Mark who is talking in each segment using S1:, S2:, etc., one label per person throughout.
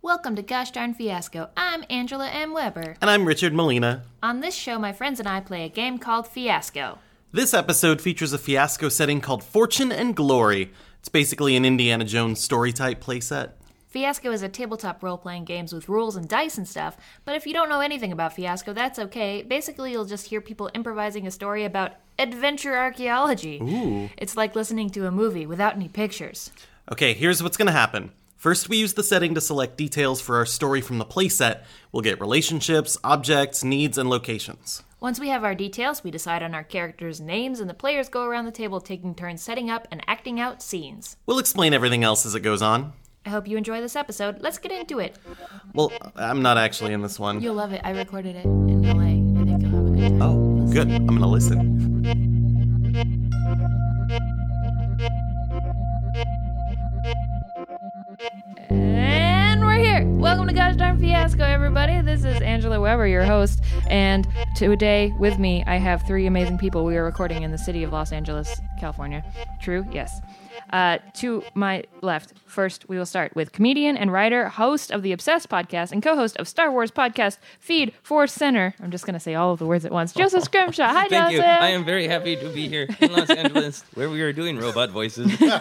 S1: Welcome to Gosh Darn Fiasco. I'm Angela M. Weber.
S2: And I'm Richard Molina.
S1: On this show, my friends and I play a game called Fiasco.
S2: This episode features a fiasco setting called Fortune and Glory. It's basically an Indiana Jones story type playset.
S1: Fiasco is a tabletop role playing games with rules and dice and stuff, but if you don't know anything about Fiasco, that's okay. Basically, you'll just hear people improvising a story about adventure archaeology. Ooh. It's like listening to a movie without any pictures.
S2: Okay, here's what's going to happen. First, we use the setting to select details for our story from the playset. We'll get relationships, objects, needs, and locations.
S1: Once we have our details, we decide on our characters' names, and the players go around the table taking turns setting up and acting out scenes.
S2: We'll explain everything else as it goes on.
S1: I hope you enjoy this episode. Let's get into it.
S2: Well, I'm not actually in this one.
S1: You'll love it. I recorded it in LA. I think you'll have a good time.
S2: Oh, good. I'm going to listen.
S1: And we're here. Welcome to Gosh Darn Fiasco, everybody. This is Angela Weber, your host. And today with me, I have three amazing people. We are recording in the city of Los Angeles, California. True? Yes. Uh, to my left, first, we will start with comedian and writer, host of the Obsessed podcast, and co host of Star Wars podcast, Feed Force Center. I'm just going to say all of the words at once. Joseph Scrimshaw. Hi,
S3: Thank
S1: Joseph.
S3: you. I am very happy to be here in Los Angeles, where we are doing robot voices.
S1: So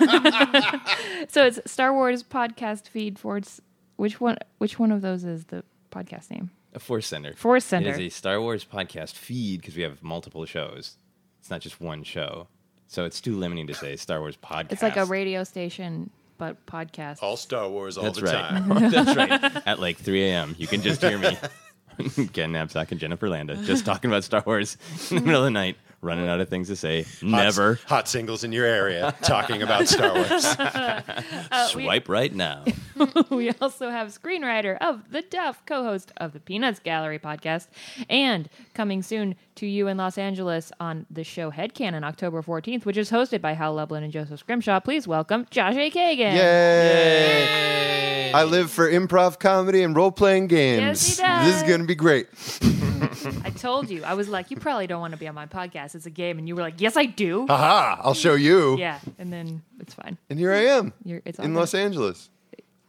S1: it's Star Wars podcast feed Force. Which one? Which one of those is the podcast name?
S3: A Force Center.
S1: Force
S3: It
S1: Center.
S3: is a Star Wars podcast feed because we have multiple shows. It's not just one show. So it's too limiting to say Star Wars podcast.
S1: It's like a radio station, but podcast.
S4: all Star Wars all
S3: That's
S4: the
S3: right.
S4: time.
S3: That's right. At like 3 a.m., you can just hear me, Ken Knapsack and Jennifer Landa, just talking about Star Wars in the middle of the night, running out of things to say.
S4: Hot-
S3: Never
S4: Hot, singles in your area talking about Star Wars.
S1: Uh, we-
S3: swipe right now.
S1: we also have screenwriter of The Duff, co host of the Peanuts Gallery podcast, and coming soon to you in Los Angeles on the show Headcanon October 14th, which is hosted by Hal Lublin and Joseph Scrimshaw. Please welcome Josh A. Kagan.
S5: Yay! I live for improv comedy and role playing
S1: Yes,
S5: games.
S1: he does.
S5: This is going to be great.
S1: I told you. I was like, you probably don't want to be on my podcast. It's a game. And you were like, yes, I do.
S5: Aha, I'll show you.
S1: yeah. And then it's fine.
S5: And here I am
S1: You're, it's all
S5: in
S1: good.
S5: Los Angeles.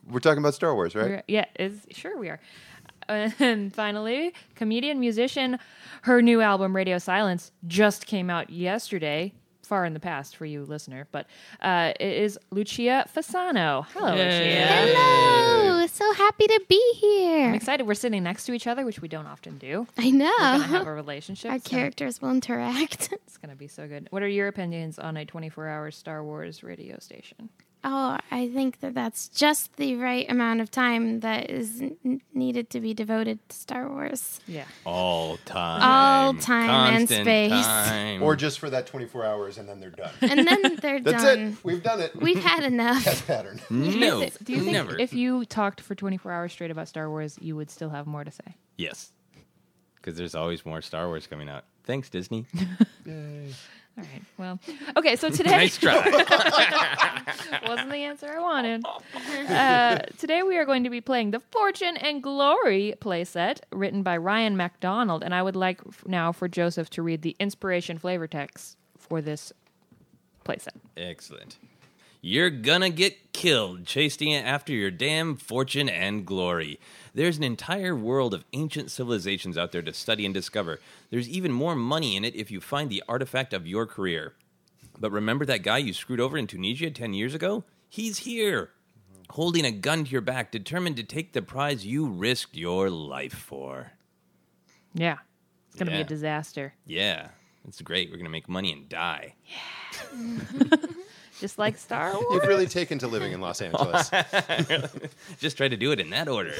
S5: We're talking about Star Wars, right?
S1: We're- yeah, is sure we are. And finally, comedian musician, her new album Radio Silence just came out yesterday. Far in the past for you, listener, but uh, it is Lucia Fasano. Hello, Lucia.
S6: Hello! So happy to be
S1: I'm
S6: here.
S1: excited. We're sitting next to each other, which we don't often do.
S6: I
S1: I have
S6: know.
S1: a relationship.
S6: Our
S1: so
S6: characters will interact.
S1: It's going to be so good. What are your opinions on a 24-hour Star Wars radio station?
S6: Oh, I think that that's just the right amount of time that is n- needed to be devoted to Star Wars.
S1: Yeah,
S3: All time.
S6: All time and
S3: Constant
S6: space.
S3: time.
S4: or just for that 24 hours and then they're done.
S6: And then they're
S5: Mm. That's
S6: done.
S5: it. We've done it.
S6: We've had enough.
S5: Pattern.
S3: No,
S1: Do you think
S3: never.
S1: if you talked for 24 hours straight about Star Wars, you would still have more to say?
S3: yes, because there's always more Star Wars coming out. Thanks, Disney.
S1: All right. Well, okay. So today
S3: nice try.
S1: wasn't the answer I wanted. Uh, today we are going to be playing the Fortune and Glory playset written by Ryan MacDonald, and I would like f- now for Joseph to read the inspiration flavor text for this playset.
S3: Excellent. You're gonna get killed chasing after your damn fortune and glory. There's an entire world of ancient civilizations out there to study and discover. There's even more money in it if you find the artifact of your career. But remember that guy you screwed over in Tunisia 10 years ago? He's here, holding a gun to your back, determined to take the prize you risked your life for.
S1: Yeah, it's gonna be
S3: Yeah.
S1: a disaster,
S3: Yeah, it's great. We're gonna make money and die.
S1: just like Star Wars.
S5: You've
S4: Really taken to living in Los Angeles.
S3: Just try to do it in that order.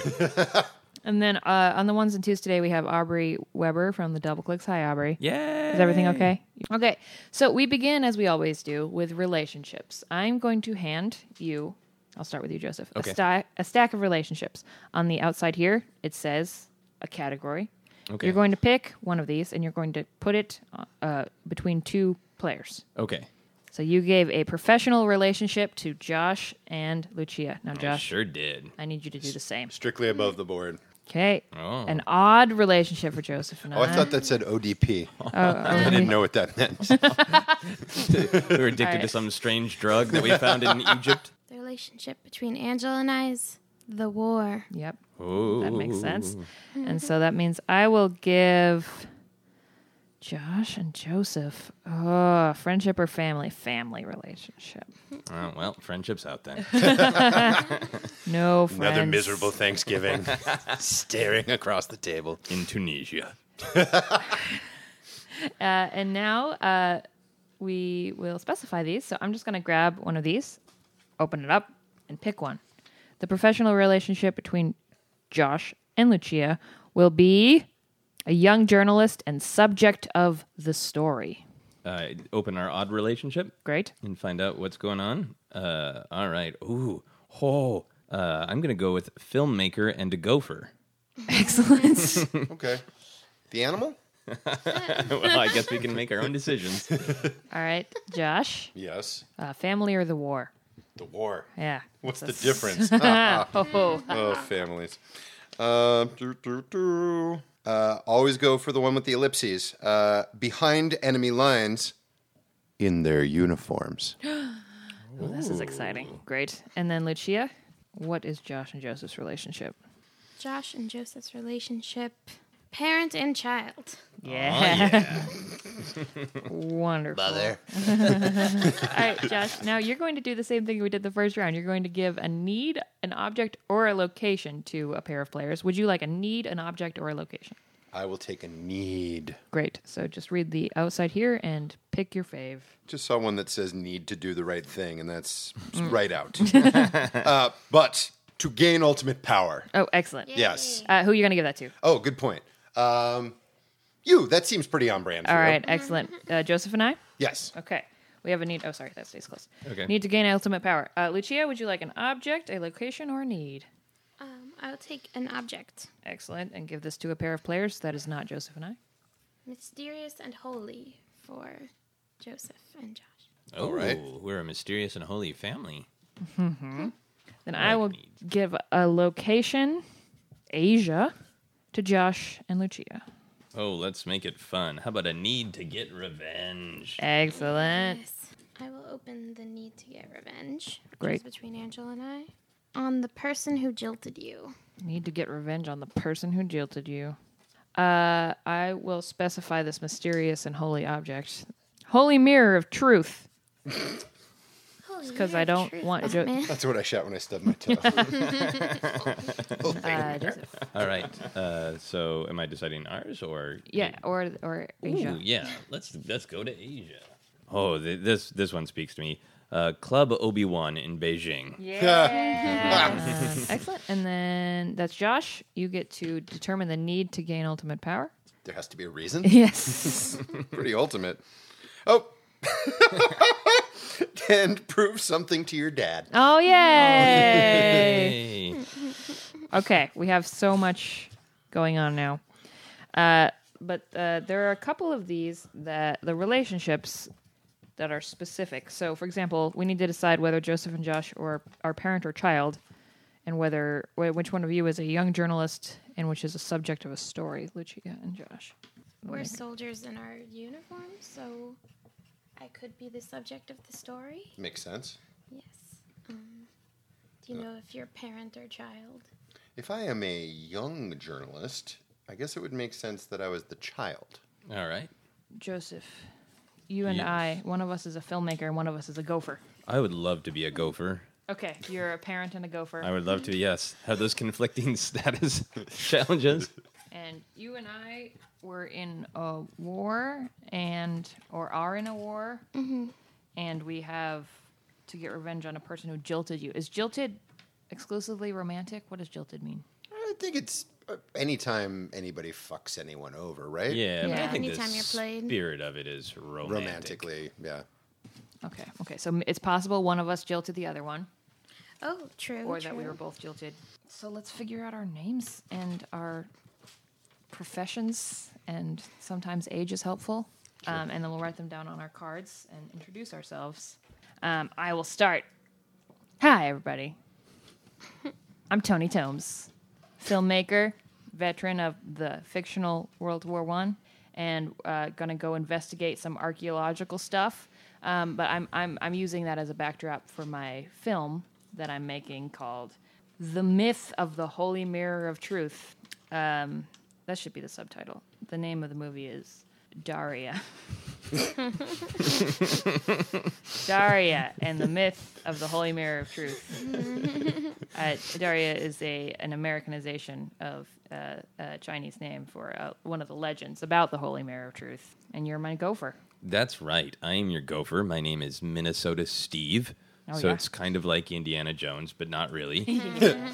S1: and then uh, on the ones and twos today we have Aubrey Weber from the Double Clicks. Hi, Aubrey.
S3: Yeah.
S1: Is everything okay? Okay. So we begin, as we always do, with relationships. I'm going to hand you, I'll start with you, Joseph,
S3: Okay.
S1: a, sta- a stack of relationships. On the outside here, it says a category.
S3: Okay.
S1: You're going to pick one of these and you're going to put it uh, between two players.
S3: Okay.
S1: So you gave a professional relationship to Josh and Lucia. Now,
S3: I
S1: Josh,
S3: Oh, sure did.
S1: I need you to do the same.
S4: Strictly above the board.
S1: Okay.
S3: Oh.
S1: An odd relationship for Joseph and
S5: Oh, I thought that said ODP.
S4: Oh,
S5: I didn't know what that meant.
S3: we were addicted to some strange drug that we found in Egypt.
S6: The relationship between Angela and I is the war.
S1: Yep.
S3: Ooh.
S1: That makes sense. And so that means I will give Josh and Joseph oh, friendship or family? Family relationship.
S3: Uh, well, friendships out there.
S1: No friends.
S4: Another miserable Thanksgiving, staring across the table.
S3: In Tunisia.
S1: Uh, and now uh, we will specify these. So I'm just going to grab one of these, open it up, and pick one. The professional relationship between Josh and Lucia will be a young journalist and subject of the story.
S3: Uh, open our odd relationship
S1: Great.
S3: and find out what's going on. Uh, all right. Ooh. Oh. Uh, I'm going to go with filmmaker and a gopher.
S1: Excellent.
S5: Okay. The animal?
S3: well, I guess we can make our own decisions.
S1: All right, Josh.
S4: Yes,
S1: Uh, family or the war?
S4: the war.
S1: Yeah.
S4: What's the
S1: That's-
S4: difference?
S1: oh,
S5: Oh, families. Uh, doo, doo, doo. Uh, always go for the one with the ellipses. Uh, behind enemy lines in their uniforms.
S1: Ooh, this is exciting. Great. And then Lucia, what is Josh and Joseph's relationship?
S6: Josh and Joseph's relationship, parent and child.
S4: Oh,
S1: Yeah. Wonderful. All right, Josh. Now you're going to do the same thing we did the first round. You're going to give a need, an object, or a location to a pair of players. Would you like a need, an object, or a location?
S4: I will take a need.
S1: Great. So just read the outside here and pick your fave.
S5: Just saw one that says need to do the right thing, and that's
S1: Mm.
S5: right out. uh, but to gain ultimate power.
S1: Oh, excellent.
S5: Yes.
S1: Uh, who are you going to give that to?
S5: Oh, good point. Um, you, that seems pretty on brand.
S1: All
S5: for you.
S1: right, excellent. Uh, Joseph and I?
S5: Yes.
S1: Okay. We have a need. Oh, sorry, that stays close.
S3: Okay.
S1: Need to gain ultimate power. Uh, Lucia, would you like an object, a location, or a need?
S6: Um, I'll take an object,
S1: Excellent. And give this to a pair of players. That is not Joseph and I.
S6: mysterious and holy, for Joseph and Josh.
S3: Oh,
S5: right.
S3: We're a mysterious and holy family.
S1: Then I will give a location, Asia, to Josh and Lucia.
S3: Oh, let's make it fun. How about a need to get revenge?
S1: Excellent.
S6: Yes. I will open the need to get revenge. which is
S1: Great.
S6: Between Angela and I. On the person who jilted you.
S1: Need to get revenge on the person who jilted you. Uh, I will specify this mysterious and holy object. Holy mirror of truth. Because I don't want jo-
S6: man.
S5: That's what I shot when I stubbed my toe.
S1: uh, Joseph.
S3: All right. Uh, so, am I deciding ours or
S1: Yeah, or or Asia.
S3: Ooh, yeah. Let's let's go to Asia. Oh, th- this this one speaks to me. Uh, Club Obi Wan in Beijing.
S1: Yeah. Excellent. And then that's Josh. You get to determine the need to gain ultimate power.
S5: there has to be a reason.
S1: Yes.
S5: pretty ultimate. Oh. and prove something to your dad.
S1: oh yay.
S3: Hey.
S1: Okay, we have so much going on now. Uh, but uh, there are a couple of these that the relationships that are specific. So, for example, we need to decide whether Joseph and Josh or are parent or child, and whether wh- which one of you is a young journalist and which is a subject of a story, Lucia and Josh.
S6: We're soldiers in our uniforms, so I could be the subject of the story.
S5: Makes sense.
S6: Yes. Um, do
S1: Uh.
S6: you know if you're parent or child?
S5: If I am a young journalist, I guess it would make sense that I was the child.
S3: All right.
S1: Joseph, you and
S3: Yes.
S1: I, one of us is a filmmaker and one of us is a gopher.
S3: I would love to be a gopher.
S1: Okay, you're a parent and a gopher.
S3: I would love to. Yes. Have those conflicting status challenges.
S1: and you and I were in a war and or are in a war and we have to get revenge on a person who jilted you. Is jilted exclusively romantic? What does jilted mean?
S5: I think it's uh, anytime anybody fucks anyone over, right?
S3: Yeah. but I
S1: Yeah.
S3: think
S6: Anytime
S3: the
S6: you're played.
S3: spirit of it is romantic.
S5: Romantically, yeah.
S1: Okay. Okay. So m- it's possible one of us jilted the other one
S6: Oh, true.
S1: or that we
S6: true.
S1: were both jilted. So let's figure out our names and our professions and sometimes age is helpful. Um, and then we'll write them down on our cards and introduce ourselves. Um, I will start. Hi, everybody. I'm Tony Tomes, filmmaker, veteran of the fictional World War One, and uh, gonna go investigate some archaeological stuff. Um, but I'm, I'm I'm using that as a backdrop for my film that I'm making called The Myth of the Holy Mirror of Truth. Um, that should be the subtitle. The name of the movie is Daria. Daria and the Myth of the Holy Mirror of Truth. Uh, Daria is a an Americanization of uh, a Chinese name for uh, one of the legends about the Holy Mirror of Truth. And you're my gopher.
S3: That's right. I am your gopher. My name is Minnesota Steve.
S1: Oh,
S3: so
S1: yeah.
S3: it's kind of like Indiana Jones, but not really.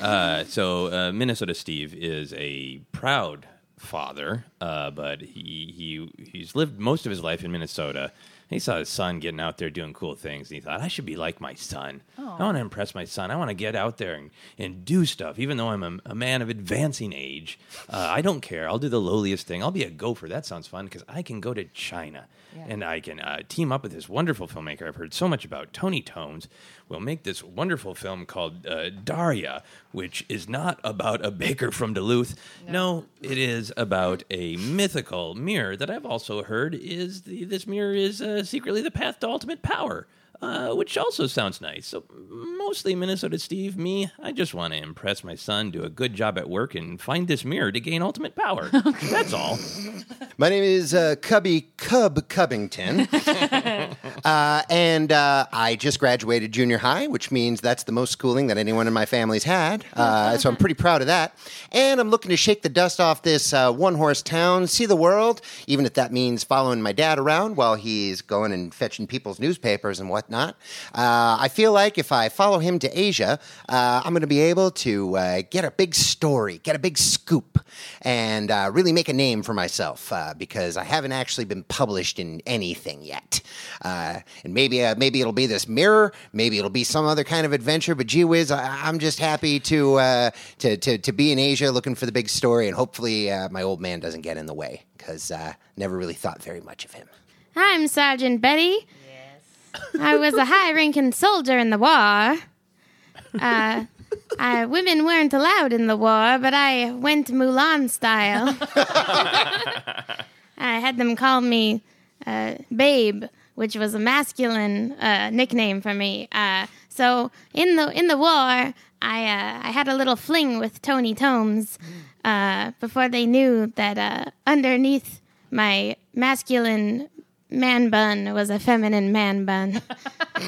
S3: uh, so uh, Minnesota Steve is a proud father, uh, but he, he he's lived most of his life in Minnesota. He saw his son getting out there doing cool things, and he thought, "I should be like my son. I want to impress my son. I want to get out there and, and do stuff. Even though I'm a, a man of advancing age, uh, I don't care. I'll do the lowliest thing. I'll be a gopher. That sounds fun because I can go to China
S1: Yeah.
S3: and I can uh, team up with this wonderful filmmaker I've heard so much about, Tony Tones. We'll make this wonderful film called uh, Daria, which is not about a baker from Duluth. No. it is about a mythical mirror that I've also heard is the, this mirror is uh, secretly the path to ultimate power. Uh, which also sounds nice. So mostly Minnesota Steve, me, I just want to impress my son, do a good job at work, and find this mirror to gain ultimate power. That's all.
S5: My name is uh, Cubby Cub Cubbington. uh, and uh, I just graduated junior high, which means that's the most schooling that anyone in my family's had. Uh, so I'm pretty proud of that. And I'm looking to shake the dust off this uh, one horse town, see the world, even if that means following my dad around while he's going and fetching people's newspapers and whatnot. Uh, I feel like if I follow him to Asia, uh, I'm going to be able to uh, get a big story, get a big scoop, and uh, really make a name for myself uh, because I haven't actually been published in anything yet. Uh, and maybe uh, maybe it'll be this mirror, maybe it'll be some other kind of adventure. But gee whiz, I, I'm just happy to, uh, to to to be in Asia looking for the big story, and hopefully uh, my old man doesn't get in the way because uh, never really thought very much of him.
S6: I'm Sergeant Betty. Yes. I was a high ranking soldier in the war. Uh, I, women weren't allowed in the war, but I went Mulan style. I had them call me uh, Babe, which was a masculine uh, nickname for me. Uh, so in the in the war, I uh, I had a little fling with Tony Tomes uh, before they knew that uh, underneath my masculine man bun was a feminine man bun. uh,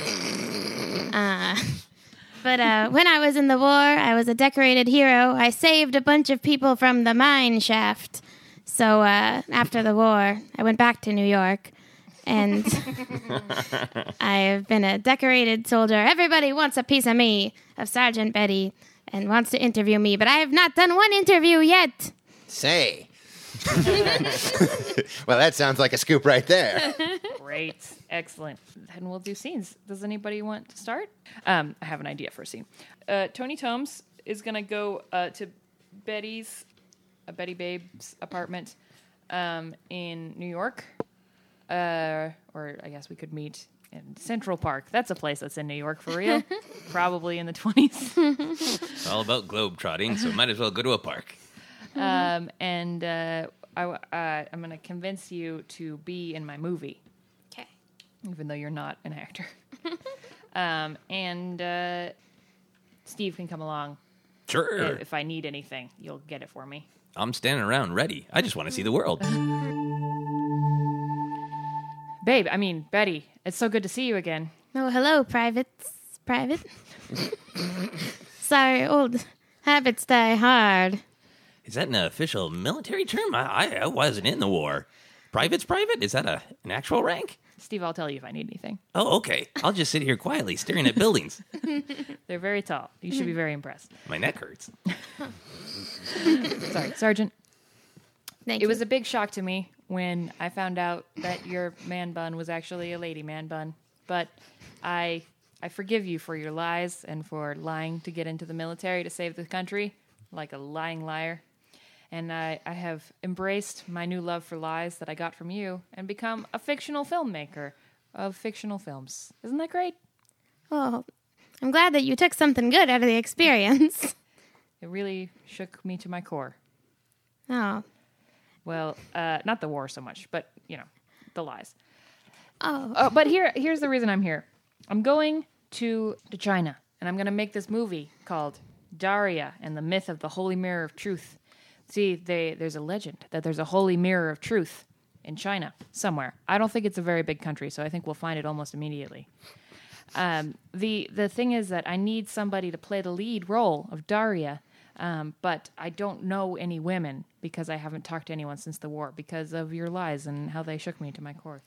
S6: but uh, when I was in the war, I was a decorated hero. I saved a bunch of people from the mine shaft. So uh, after the war, I went back to New York. And I've been a decorated soldier. Everybody wants a piece of me, of Sergeant Betty, and wants to interview me, but I have not done one interview yet.
S5: Say. well, that sounds like a scoop right there.
S1: Great. Excellent. Then we'll do scenes. Does anybody want to start? Um, I have an idea for a scene. Uh, Tony Tomes is going to go uh, to Betty's, uh, Betty Babe's apartment um, in New York. Uh, or I guess we could meet in Central Park. That's a place that's in New York for real. Probably in the 20s.
S3: It's all about globetrotting, so might as well go to a park.
S1: um, and uh, I, w- uh, I'm going to convince you to be in my movie,
S6: Okay.
S1: even though you're not an actor. um, and uh, Steve can come along i-
S3: Sure.
S1: if I need anything. You'll get it for me.
S3: I'm standing around ready. I just want to see the world.
S1: Babe, I mean, Betty, it's so good to see you again.
S6: Oh, hello, privates. Private. Sorry, old habits die hard.
S3: Is that an official military term? I, I- I wasn't in the war. Private's private? Is that a, an actual rank?
S1: Steve, I'll tell you if I need anything.
S3: Oh, okay. I'll just sit here quietly staring at buildings.
S1: They're very tall. You should be very impressed.
S3: My neck hurts.
S1: Sorry, Sergeant.
S6: Thank
S1: It
S6: you.
S1: was a big shock to me when I found out that your man bun was actually a lady man bun. But I I forgive you for your lies and for lying to get into the military to save the country, like a lying liar. And I, I have embraced my new love for lies that I got from you and become a fictional filmmaker of fictional films. Isn't that great?
S6: Oh, I'm glad that you took something good out of the experience.
S1: It really shook me to my core.
S6: Oh,
S1: Well, uh, not the war so much, but you know, the lies. Uh,
S6: Oh.
S1: but here, here's the reason I'm here. I'm going to to China, and I'm going to make this movie called Daria and the myth of the holy mirror of truth. See, they, there's a legend that there's a holy mirror of truth in China somewhere. I don't think it's a very big country, so I think we'll find it almost immediately. Um, the the thing is that I need somebody to play the lead role of Daria, um, but I don't know any women because I haven't talked to anyone since the war because of your lies and how they shook me to my core.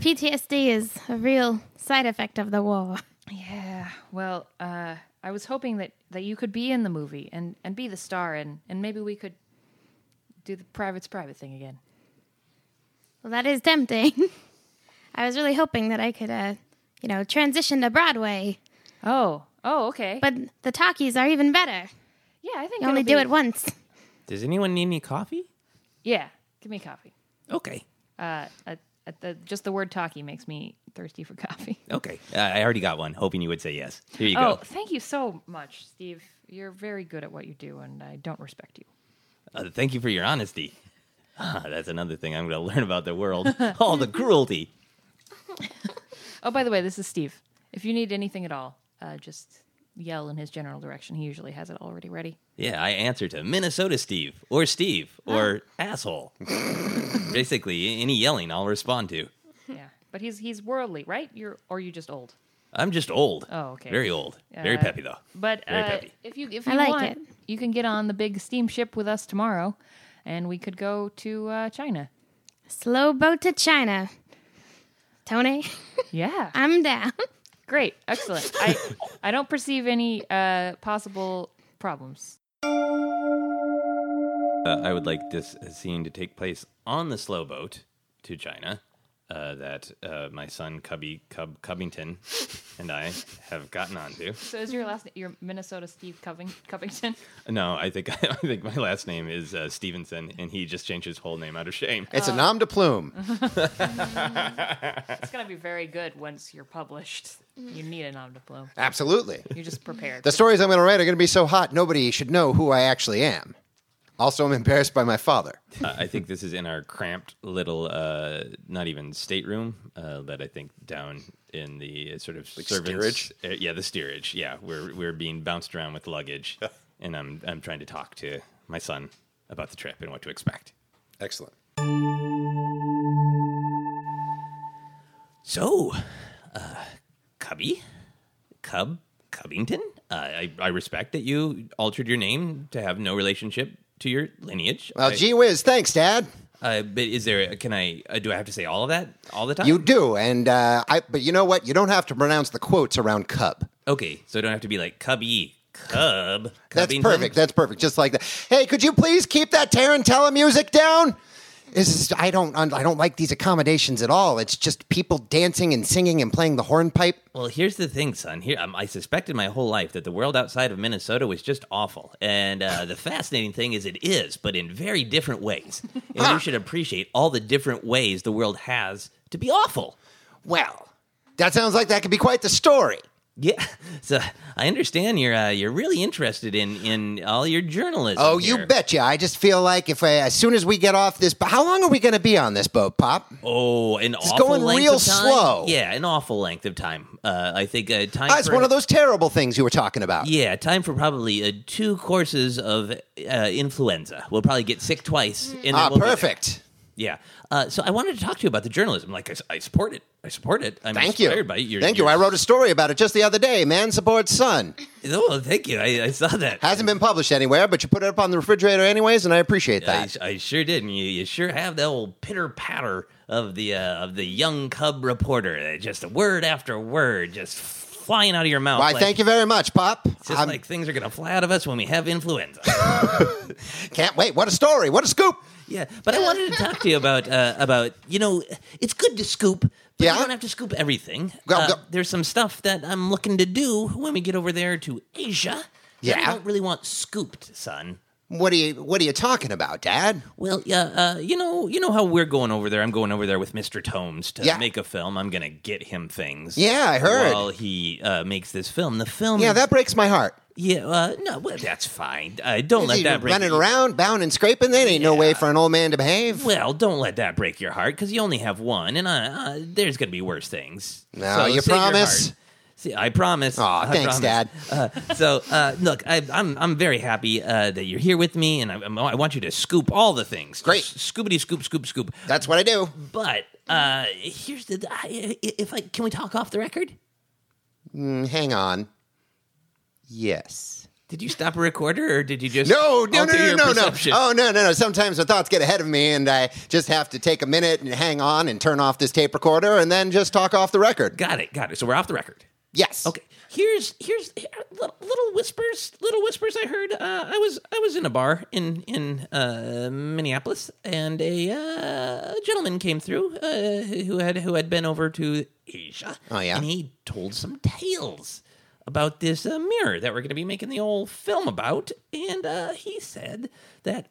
S6: PTSD is a real side effect of the war.
S1: Yeah. Well, uh, I was hoping that, that you could be in the movie and, and be the star, and, and maybe we could do the private's private thing again.
S6: Well, that is tempting. I was really hoping that I could, uh, you know, transition to Broadway.
S1: Oh. Oh, okay.
S6: But the talkies are even better.
S1: yeah, I think
S6: You only
S1: it'll
S6: do
S1: be-
S6: it once.
S3: Does anyone need any coffee?
S1: Yeah. Give me coffee.
S3: Okay.
S1: Uh, uh uh, the, just the word "talkie" makes me thirsty for coffee.
S3: Okay. Uh, I already got one, hoping you would say yes. Here you
S1: Oh,
S3: go.
S1: thank you so much, Steve. You're very good at what you do, and I don't respect you.
S3: Uh, thank you for your honesty. Ah, that's another thing I'm going to learn about the world. All the cruelty.
S1: Oh, by the way, this is Steve. If you need anything at all, uh, just yell in his general direction. He usually has it already ready.
S3: Yeah, I answer to Minnesota Steve or Steve or asshole. Basically, any yelling I'll respond to.
S1: Yeah, but he's he's worldly, right? You're or you just old.
S3: I'm just old.
S1: Oh, okay.
S3: Very old. Very
S1: Uh,
S3: peppy though.
S1: But
S3: Very
S1: uh,
S3: peppy.
S1: if you if
S6: I
S1: you
S6: like
S1: want,
S6: it.
S1: you can get on the big steamship with us tomorrow, and we could go to uh, China.
S6: Slow boat to China. Tony,
S1: Yeah,
S6: I'm down.
S1: great, excellent. I I don't perceive any uh, possible problems.
S3: Uh, I would like this scene to take place on the slow boat to China uh, that uh, my son Cubby Cub Cubbington and I have gotten onto.
S1: So is your last your Minnesota Steve Coving, Covington?
S3: No, I think I think my last name is uh, Stevenson, and he just changed his whole name out of shame.
S5: It's a nom de plume.
S1: It's gonna be very good once you're published. You need a nom de plume.
S5: Absolutely.
S1: You're just prepared.
S5: The stories I'm going to write are going to be so hot, nobody should know who I actually am. Also, I'm embarrassed by my father.
S3: Uh, I think this is in our cramped little, uh, not even stateroom, uh, but I think down in the uh, sort of servants- uh, yeah, the steerage. Yeah, we're we're being bounced around with luggage, and I'm I'm trying to talk to my son about the trip and what to expect.
S5: Excellent.
S3: So, uh, Cubby, Cub, Cubbington, uh, I, I respect that you altered your name to have no relationship to your lineage.
S5: Well,
S3: I-
S5: gee whiz, thanks, Dad.
S3: uh, but is there? Can I? Uh, do I have to say all of that all the time?
S5: You do, and uh, I. But you know what? You don't have to pronounce the quotes around Cub.
S3: Okay, so I don't have to be like Cubby, Cub.
S5: That's
S3: Cubbington.
S5: perfect. That's perfect. Just like that. Hey, could you please keep that Tarantella music down? This is I don't I don't like these accommodations at all. It's just people dancing and singing and playing the hornpipe.
S3: well, here's the thing, son. Here, um, I suspected my whole life that the world outside of Minnesota was just awful, and uh, the fascinating thing is it is, but in very different ways. And you should appreciate all the different ways the world has to be awful.
S5: Well, that sounds like that could be quite the story.
S3: Yeah, so I understand you're uh, you're really interested in in all your journalism.
S5: Oh, you
S3: here.
S5: betcha. I just feel like if I, as soon as we get off this, but how long are we going to be on this boat, Pop?
S3: Oh, an awful
S5: going
S3: length
S5: real
S3: of time.
S5: slow.
S3: Yeah, an awful length of time. Uh, I think uh, time.
S5: That's
S3: for-
S5: Ah, one of those terrible things you were talking about.
S3: Yeah, time for probably uh, two courses of uh, influenza. We'll probably get sick twice. And then
S5: ah,
S3: we'll be there.
S5: perfect.
S3: Yeah. Uh, so I wanted to talk to you about the journalism. Like I, s- I support it. I support it. I'm
S5: Thank you.
S3: inspired By it. You're-
S5: Thank you.
S3: you're-
S5: I wrote a story about it just the other day. Man supports son.
S3: Oh, thank you. I, I saw that.
S5: Hasn't been published anywhere, but you put it up on the refrigerator anyways, and I appreciate
S3: I,
S5: that.
S3: I sure did. And you, you sure have that old pitter patter of the uh, of the young cub reporter. That Just word after word, just flying out of your mouth.
S5: Why,
S3: like-
S5: thank you very much, Pop.
S3: It's just
S5: I
S3: like things are going to fly out of us when we have influenza.
S5: can't wait. What a story. What a scoop.
S3: Yeah, but I wanted to talk to you about uh, about you know it's good to scoop. But
S5: Yeah?
S3: you don't have to scoop everything.
S5: Go-
S3: Uh,
S5: go.
S3: There's some stuff that I'm looking to do when we get over there to Asia. that
S5: Yeah.
S3: I don't really want scooped, son.
S5: What are you What are you talking about, Dad?
S3: Well, yeah, uh, you know, you know how we're going over there. I'm going over there with Mr. Tomes to
S5: Yeah.
S3: make a film. I'm gonna get him things.
S5: Yeah, I heard.
S3: While he uh, makes this film, the film.
S5: Yeah,
S3: is-
S5: that breaks my heart.
S3: Yeah, uh, no, well, that's fine. Uh, don't let
S5: You
S3: that break
S5: running
S3: you.
S5: around, bound and scraping. That ain't no way for an old man to behave.
S3: Well, don't let that break your heart because you only have one, and uh, uh, there's going to be worse things.
S5: No, you
S3: save your
S5: promise?
S3: heart. See, I promise.
S5: Aw,
S3: I promise.
S5: thanks, Dad.
S3: Uh, so, uh, look, I, I'm I'm very happy uh, that you're here with me, and I, I'm- I want you to scoop all the things.
S5: Great.
S3: Just scoopity scoop, scoop, scoop.
S5: That's what I do.
S3: But uh, here's the I, if I can we talk off the record?
S5: Mm, Hang on. Yes.
S3: Did you stop a recorder, or did you just
S5: No, no, no,
S3: alter
S5: no,
S3: your
S5: no, no.
S3: perception?
S5: Oh, no, no, no. Sometimes the thoughts get ahead of me, and I just have to take a minute and hang on and turn off this tape recorder and then just talk off the record.
S3: Got it, got it. So we're off the record.
S5: Yes.
S3: Okay. Here's here's here, little, little whispers, little whispers. I heard. Uh, I was I was in a bar in in uh, Minneapolis, and a uh, gentleman came through uh, who had who had been over to Asia.
S5: Oh, yeah?
S3: and he told some tales about this uh, mirror that we're going to be making the old film about, and uh, he said that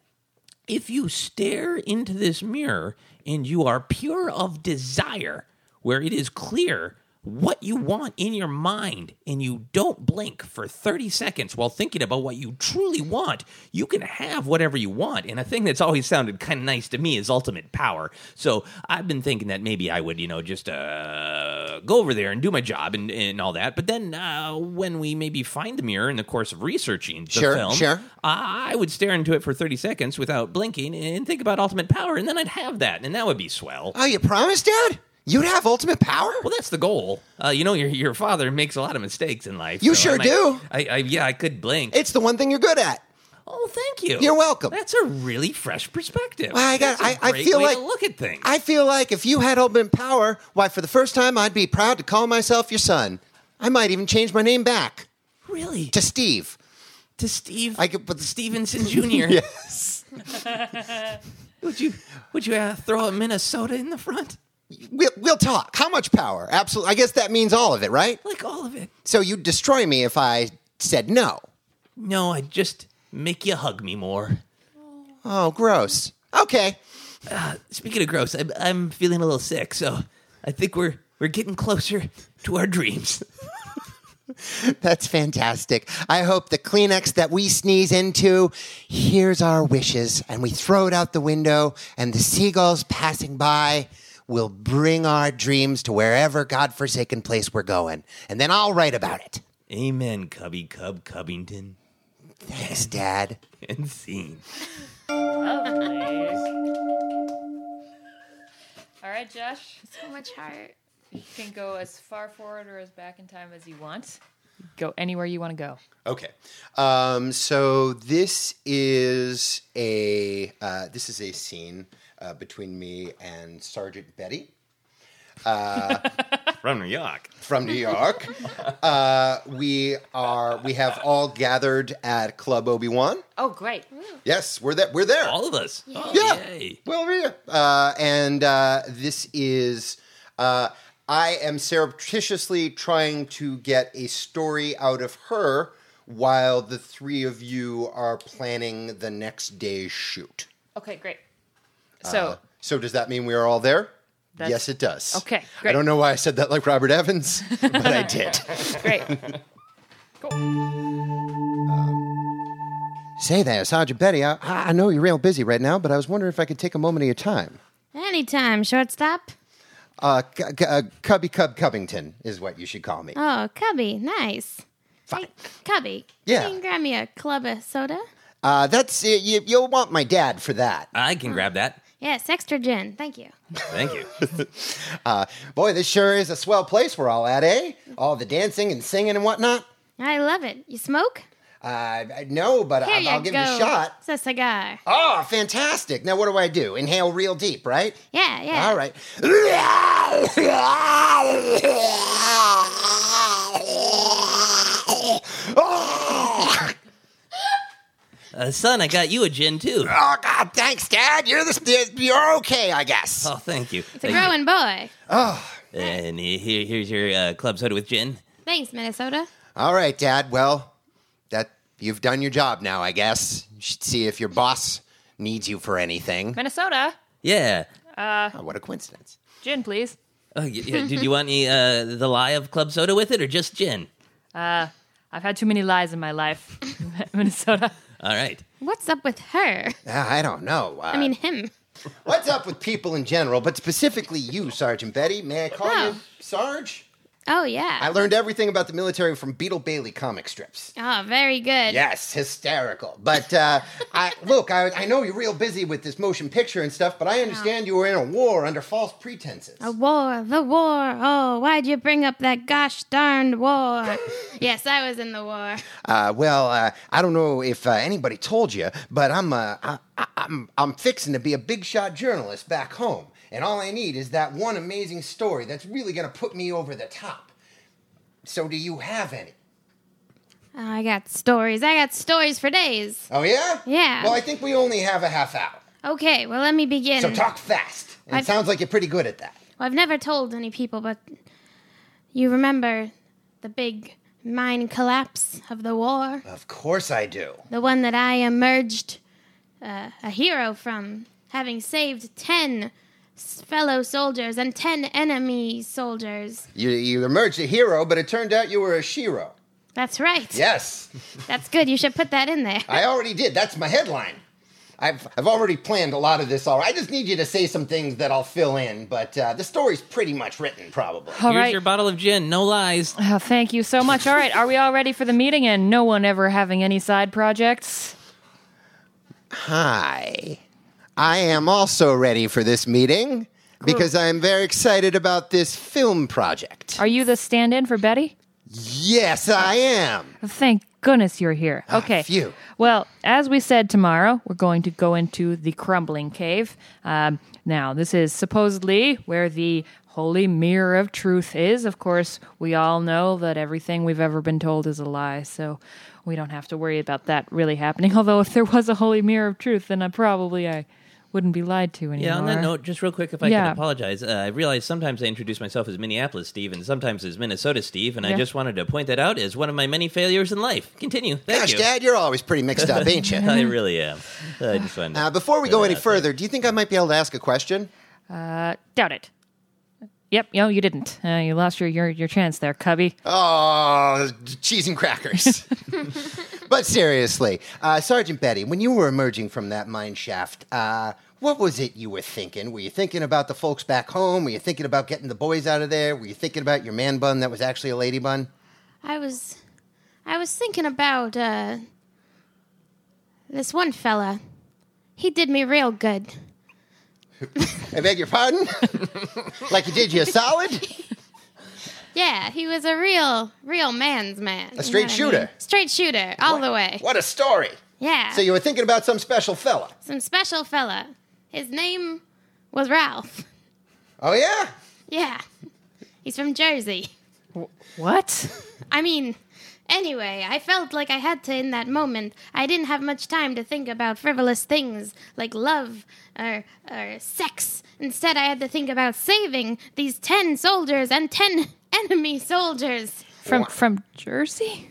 S3: if you stare into this mirror and you are pure of desire, where it is clear what you want in your mind and you don't blink for 30 seconds while thinking about what you truly want, you can have whatever you want. And a thing that's always sounded kind of nice to me is ultimate power. So I've been thinking that maybe I would, you know, just uh, go over there and do my job and, and all that. But then uh, when we maybe find the mirror in the course of researching the
S5: Sure,
S3: film,
S5: sure.
S3: I would stare into it for 30 seconds without blinking and think about ultimate power, and then I'd have that, and that would be swell.
S5: Oh, you promised, Dad? You'd have ultimate power?
S3: Well, that's the goal. Uh, you know, your your father makes a lot of mistakes in life.
S5: You
S3: so
S5: sure
S3: I might-
S5: do.
S3: I, I yeah, I could blink.
S5: It's the one thing you're good at.
S3: oh, thank you.
S5: You're welcome.
S3: That's a really fresh perspective.
S5: Well, I got.
S3: That's a
S5: I, I
S3: great
S5: feel
S3: way
S5: like
S3: to look at things.
S5: I feel like if you had ultimate power, why, for the first time, I'd be proud to call myself your son. I might even change my name back
S3: really
S5: to Steve.
S3: to Steve.
S5: I could, but
S3: Stevenson Jr.
S5: yes,
S3: Would you would you uh, throw a Minnesota in the front?
S5: we'll, we'll talk. How much power? Absolutely. I guess that means all of it, right?
S3: Like all of it?
S5: So you'd destroy me if I said no.
S3: No, I just make you hug me more.
S5: Oh, gross. Okay.
S3: Speaking of gross, I'm, I'm feeling a little sick, so I think we're we're getting closer to our dreams.
S5: That's fantastic. I hope the Kleenex that we sneeze into, hears our wishes, and we throw it out the window, and the seagulls passing by will bring our dreams to wherever godforsaken place we're going. And then I'll write about it.
S3: Amen, Cubby Cub Cubbington.
S5: Thanks, Dad.
S3: And scene.
S1: Oh, All right, Josh.
S6: So much heart.
S1: You can go as far forward or as back in time as you want. Go anywhere you want to go.
S5: Okay. Um, so this is a uh, this is a scene uh, between me and Sergeant Betty. Uh,
S3: From New York.
S5: from New York. uh, we are we have all gathered at Club Obi Wan.
S1: Oh, great.
S5: Yes, we're there. We're there.
S3: All of us. Oh,
S5: Yeah.
S3: yay.
S5: Well, we're here. Uh, and uh, this is uh, I am surreptitiously trying to get a story out of her while the three of you are planning the next day's shoot.
S1: Okay, great. So,
S5: So does that mean we are all there?
S1: That's-
S5: yes, it does.
S1: Okay,
S5: I
S1: great.
S5: don't know why I said that like Robert Evans, but I did.
S1: great. cool.
S5: Say there, Sergeant Betty. I, I know you're real busy right now, but I was wondering if I could take a moment of your time.
S6: Anytime, shortstop.
S5: Uh, C- C- uh, Cubby Cub Cubbington is what you should call me.
S6: Oh, Cubby, nice.
S5: Fine.
S6: Cubby,
S5: Yeah.
S6: you can grab me a club of soda.
S5: Uh, that's uh, you, you'll want my dad for that.
S3: I can grab that.
S6: Yes, extra gin. Thank you.
S3: Thank you.
S5: Boy, this sure is a swell place we're all at, eh? All the dancing and singing and whatnot.
S6: I love it. You smoke?
S5: Uh, I- no, but I,
S6: Here
S5: Uh, I'll
S6: you
S5: give
S6: go.
S5: it a shot.
S6: It's a cigar.
S5: Oh, fantastic! Now what do I do? Inhale real deep, right?
S6: Yeah, yeah.
S5: All right.
S3: Uh, son, I got you a gin too.
S5: Oh God! Thanks, Dad. You're the you're okay, I guess.
S3: Oh, thank you.
S6: It's a growing boy.
S3: And here, here's your uh, club soda with gin.
S6: Thanks, Minnesota.
S5: All right, Dad. Well, that you've done your job now, I guess. You should see if your boss needs you for anything.
S1: Minnesota,
S3: Yeah.
S5: Oh, what a coincidence.
S1: gin, please.
S3: Oh, y- yeah. Did you want any, uh, the lie of club soda with it or just gin?
S1: I've had too many lies in my life, Minnesota.
S3: All right.
S6: What's up with her?
S5: Ah, I don't know. Uh,
S6: I mean, him.
S5: what's up with people in general, but specifically you, Sergeant Betty? May I call
S6: Oh.
S5: you Sarge?
S6: Oh yeah.
S5: I learned everything about the military from Beetle Bailey comic strips.
S6: oh, very good.
S5: Yes, hysterical. But uh, I look, I, I know you're real busy with this motion picture and stuff, but I understand you were in a war under false pretenses.
S6: The war, the war. Oh, why'd you bring up that gosh darned war? yes, I was in the war.
S5: Uh, well, uh, I don't know if uh, anybody told you, but I'm uh, I, I- I'm I'm fixing to be a big shot journalist back home, and all I need is that one amazing story that's really gonna put me over the top. So, do you have any?
S6: Oh, I got stories. I got stories for days.
S5: Oh yeah.
S6: Yeah.
S5: Well, I think we only have a half hour,
S6: Okay, well let me begin.
S5: so talk fast. And
S6: I've-
S5: it sounds like you're pretty good at that.
S6: Well, I've never told any people, but you remember the big mine collapse of the war?
S5: Of course I do.
S6: The one that I emerged uh, a hero from, having saved 10 s- fellow soldiers and 10 enemy soldiers.
S5: You, you emerged a hero, but it turned out you were a shiro.
S6: That's right.
S5: Yes,
S6: That's good. You should put that in there.
S5: I already did. That's my headline. I've, I've already planned a lot of this. All right, I just need you to say some things that I'll fill in, but uh, the story's pretty much written, probably.
S1: All
S3: Here's
S1: right.
S3: your bottle of gin. No lies.
S1: Oh, thank you so much. All right, are we all ready for the meeting? And no one ever having any side projects?
S5: Hi, I am also ready for this meeting because I am very excited about this film project.
S1: Are you the stand-in for Betty?
S5: Yes, I am.
S1: Thank goodness you're here.
S3: Ah,
S1: Okay.
S5: phew.
S1: Well, as we said tomorrow, we're going to go into the crumbling cave. Um, now, this is supposedly where the holy mirror of truth is. Of course, we all know that everything we've ever been told is a lie, so we don't have to worry about that really happening. Although, if there was a holy mirror of truth, then I probably I wouldn't be lied to anymore.
S3: Yeah, on that note, just real quick, if I
S1: Yeah.
S3: can apologize. Uh, I realize sometimes I introduce myself as Minneapolis Steve and sometimes as Minnesota Steve, and
S1: Yeah.
S3: I just wanted to point that out as one of my many failures in life. Continue. Thank
S5: Gosh,
S3: you.
S5: Dad, you're always pretty mixed up, ain't you?
S1: Mm-hmm.
S3: I really am. I just wanted to
S5: Uh, before we go
S3: clear
S5: any
S3: that out there.
S5: further, do you think I might be able to ask a question?
S1: doubt it. Yep, no, you didn't. Uh, you lost your, your your chance there, Cubby.
S5: Oh, cheese and crackers. but seriously, uh, Sergeant Betty, when you were emerging from that mine shaft, uh, what was it you were thinking? Were you thinking about the folks back home? Were you thinking about getting the boys out of there? Were you thinking about your man bun that was actually a lady bun?
S6: I was, I was thinking about uh, this one fella. He did me real good.
S5: I beg your pardon? like you did you a solid?
S6: Yeah, he was a real, real man's man. you know
S5: straight
S6: what I
S5: shooter.
S6: mean? Straight shooter, all the way.
S5: What a story.
S6: Yeah.
S5: So you were thinking about some special fella.
S6: some special fella. His name was Ralph.
S5: Oh, yeah?
S6: Yeah, he's from Jersey.
S1: What?
S6: I mean, anyway, I felt like I had to in that moment. I didn't have much time to think about frivolous things like love or, or sex. Instead, I had to think about saving these 10 soldiers and 10 enemy soldiers.
S1: From from Jersey?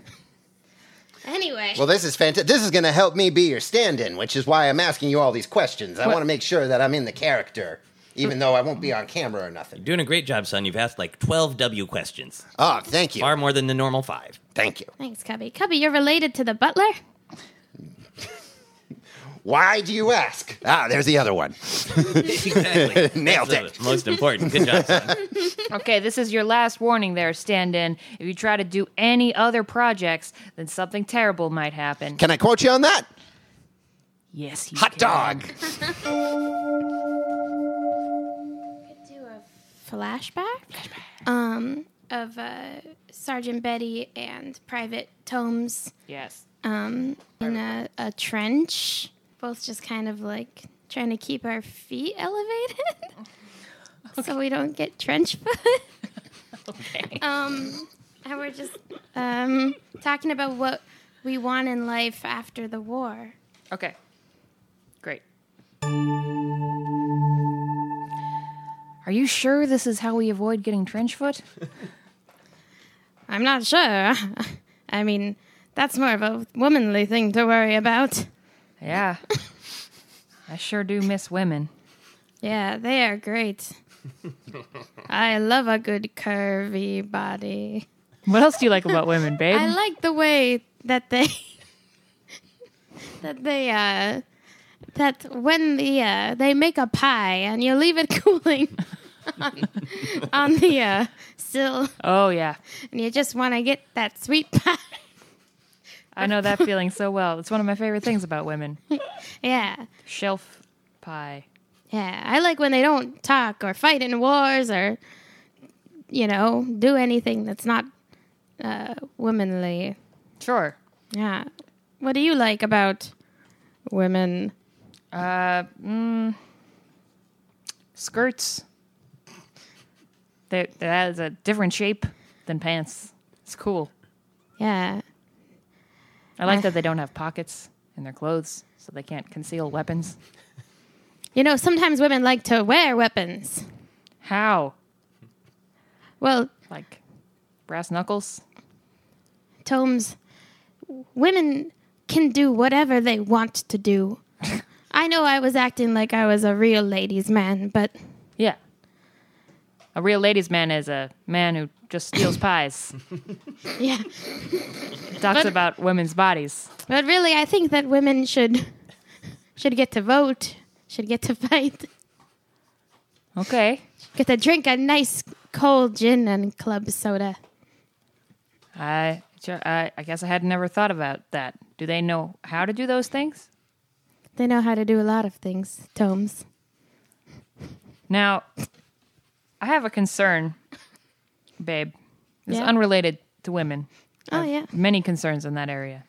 S6: Anyway,
S5: Well, this is fantastic. This is going to help me be your stand in, which is why I'm asking you all these questions. I want to make sure that I'm in the character, even though I won't be on camera or nothing.
S3: You're doing a great job, son. You've asked like 12 W questions,
S5: Oh, thank you.
S3: far more than the normal five.
S5: Thank you.
S6: thanks, Cubby. Cubby, you're related to the butler?
S5: Why do you ask? Ah, there's the other one.
S3: Exactly.
S5: Nailed
S3: That's
S5: it.
S3: the most important. Good job, son.
S1: Okay, this is your last warning there, stand in. If you try to do any other projects, then something terrible might happen.
S5: Can I quote you on that?
S1: yes, you
S5: Hot
S1: can.
S5: dog.
S6: Do a flashback? Um, of uh, Sergeant Betty and Private Tomes.
S1: Yes.
S6: in a, a trench, both just kind of like trying to keep our feet elevated so we don't get trench foot. Um, and we're just um, talking about what we want in life after the war.
S1: Okay. Great. Are you sure this is how we avoid getting trench foot?
S6: I'm not sure. I mean, that's more of a womanly thing to worry about.
S1: Yeah. I sure do miss women.
S6: Yeah, they are great. I love a good curvy body.
S1: What else do you like about women, babe?
S6: I like the way that they that they uh that when the uh they make a pie and you leave it cooling on the uh, sill,
S1: Oh yeah,
S6: and you just want to get that sweet pie.
S1: I know that feeling so well. It's one of my favorite things about women.
S6: yeah,
S1: Shelf pie.
S6: yeah. I like when they don't talk or fight in wars or, you know, do anything that's not uh, womanly.
S1: Sure.
S6: Yeah. What do you like about women?
S1: Uh, mm, skirts. That that is a different shape than pants. It's cool.
S6: Yeah.
S1: I like that they don't have pockets in their clothes, so they can't conceal weapons.
S6: You know, sometimes women like to wear weapons.
S1: How?
S6: Well,
S1: Like brass knuckles?
S6: Tomes, women can do whatever they want to do. I know I was acting like I was a real ladies' man, but
S1: Yeah. A real ladies' man is a man who just steals pies,
S6: yeah.
S1: talks about women's bodies.
S6: But really, I think that women should should get to vote, should get to fight,
S1: Okay.
S6: get to drink a nice cold gin and club soda.
S1: I, I, I guess I had never thought about that. Do they know how to do those things?
S6: They know how to do a lot of things, Tomes.
S1: Now, I have a concern, babe. It's
S6: Yeah?
S1: unrelated to women.
S6: Oh yeah,
S1: Many concerns in that area.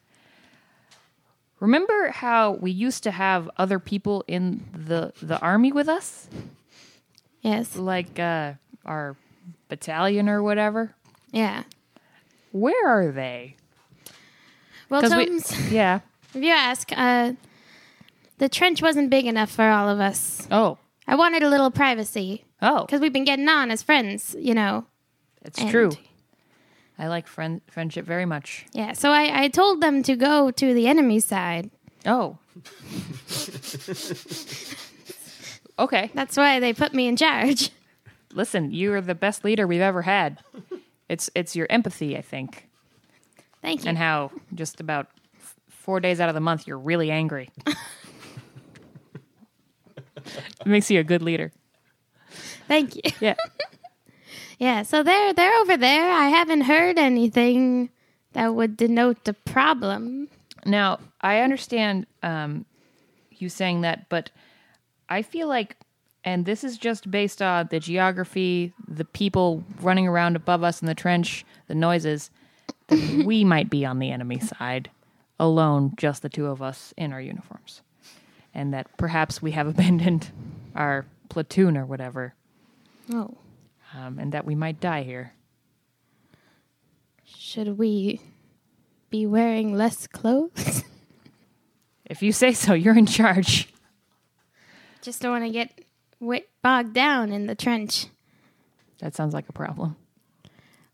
S1: Remember how we used to have other people in the the army with us,
S6: yes,
S1: like uh, our battalion or whatever?
S6: yeah.
S1: Where are they?
S6: Well,
S1: 'Cause we-
S6: Tomes,
S1: yeah.
S6: if you ask, uh, the trench wasn't big enough for all of us.
S1: Oh.
S6: I wanted a little privacy
S1: Oh.
S6: because we've been getting on as friends, you know.
S1: It's
S6: and-
S1: true. I like friend friendship very much.
S6: Yeah, so I, I told them to go to the enemy side.
S1: Oh. okay.
S6: That's why they put me in charge.
S1: Listen, you are the best leader we've ever had. It's it's your empathy, I think,
S6: Thank you.
S1: and how just about f- four days out of the month you're really angry. it makes you a good leader.
S6: Thank you.
S1: Yeah.
S6: Yeah, so they're they're over there. I haven't heard anything that would denote a problem.
S1: Now I understand um, you saying that, but I feel like, and this is just based on the geography, the people running around above us in the trench, the noises. That we might be on the enemy side alone, just the two of us in our uniforms, and that perhaps we have abandoned our platoon or whatever,
S6: Oh,
S1: um, and that we might die here.
S6: should we be wearing less clothes?
S1: If you say so, you're in charge.
S6: Just don't want to get wet bogged down in the trench.
S1: That sounds like a problem.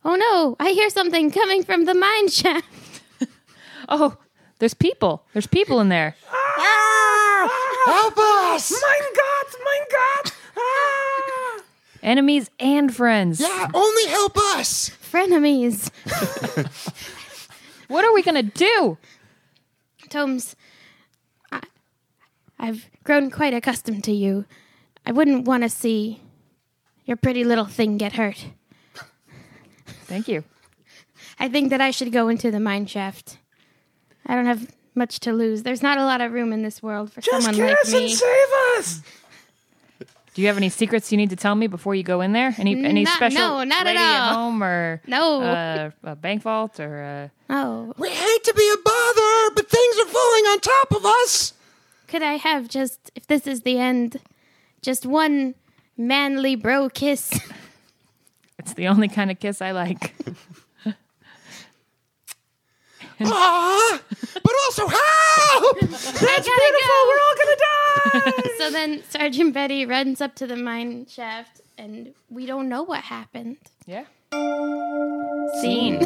S6: Oh no, I hear something coming from the mine shaft.
S1: Oh, there's people. There's people in there.
S5: Help us!
S1: Enemies and friends.
S5: Yeah, Ah, only help us!
S6: Frenemies.
S1: What are we gonna do?
S6: Tomes, I, I've grown quite accustomed to you. I wouldn't want to see your pretty little thing get hurt.
S1: Thank you.
S6: I think that I should go into the mine shaft. I don't have much to lose. There's not a lot of room in this world for someone like me.
S1: Do you have any secrets you need to tell me before you go in there? Any any
S6: Not-
S1: special
S6: no, not at
S1: lady
S6: all.
S1: home or
S6: No.
S1: uh, a bank vault or uh,
S6: oh,
S5: We hate to be a bother, but things are falling on top of us!
S6: could I have just, if this is the end, just one manly bro kiss?
S1: uh, it's the only kind of kiss I like.
S5: Ah! But also help!
S6: That's beautiful. We're all gonna die. so then Sergeant Betty runs up to the mine shaft, and we don't know what happened.
S1: yeah. Scene.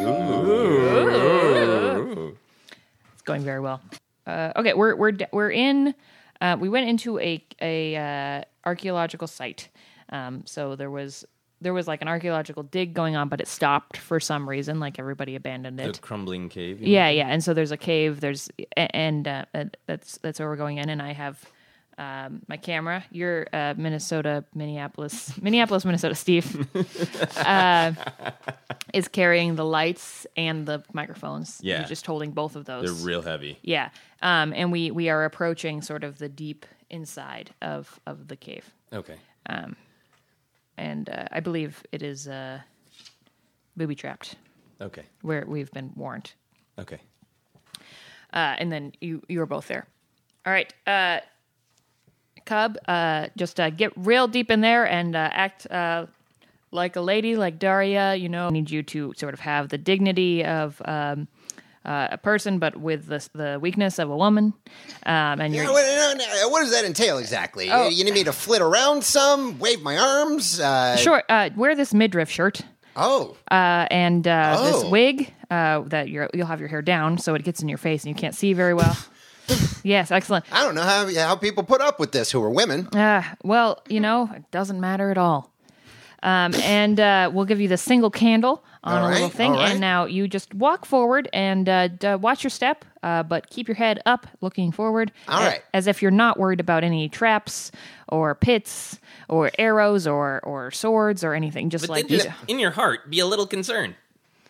S1: It's going very well. Uh, okay, we're we're d- we're in. Uh, we went into a a uh, archaeological site. Um, so there was there was like an archaeological dig going on, but it stopped for some reason. Like everybody abandoned
S3: The
S1: it.
S3: crumbling cave.
S1: Yeah, yeah. And so there's a cave. There's a- and uh, uh, that's that's where we're going in. And I have um, my camera. You're uh, Minnesota, Minneapolis, Minneapolis, Minnesota. Steve uh, is carrying the lights and the microphones.
S3: Yeah.
S1: You're just holding both of those.
S3: They're real heavy.
S1: Yeah. Um, and we we are approaching sort of the deep inside of of the cave,
S3: Okay.
S1: and uh, I believe it is uh, booby trapped
S3: Okay.
S1: where we've been warned.
S3: Okay.
S1: Uh, and then you you are both there. All right, uh, Cub, uh, just uh, get real deep in there and uh, act uh, like a lady, like Daria. You know, I need you to sort of have the dignity of. Um, uh, a person, but with the, the weakness of a woman, um, and you're
S5: No, no, no, no. What does that entail exactly? You need me to flit around some, wave my arms? Uh,
S1: Sure. Uh, wear this midriff shirt
S5: Oh,
S1: uh, and uh, this
S5: Oh.
S1: wig uh, that you're, you'll have your hair down so it gets in your face and you can't see very well. yes, excellent.
S5: I don't know how, how people put up with this who are women.
S1: Uh, well, you know, it doesn't matter at all. Um, and uh, we'll give you the single candle on a
S5: All
S1: little
S5: right,
S1: thing.
S5: all right.
S1: And now you just walk forward and uh, d- uh, watch your step, uh, but keep your head up, looking forward.
S5: All
S1: a-
S5: right.
S1: As if you're not worried about any traps or pits or arrows or, or swords or anything. Just
S3: But
S1: like
S3: then
S1: you
S3: just in your heart, be a little concerned.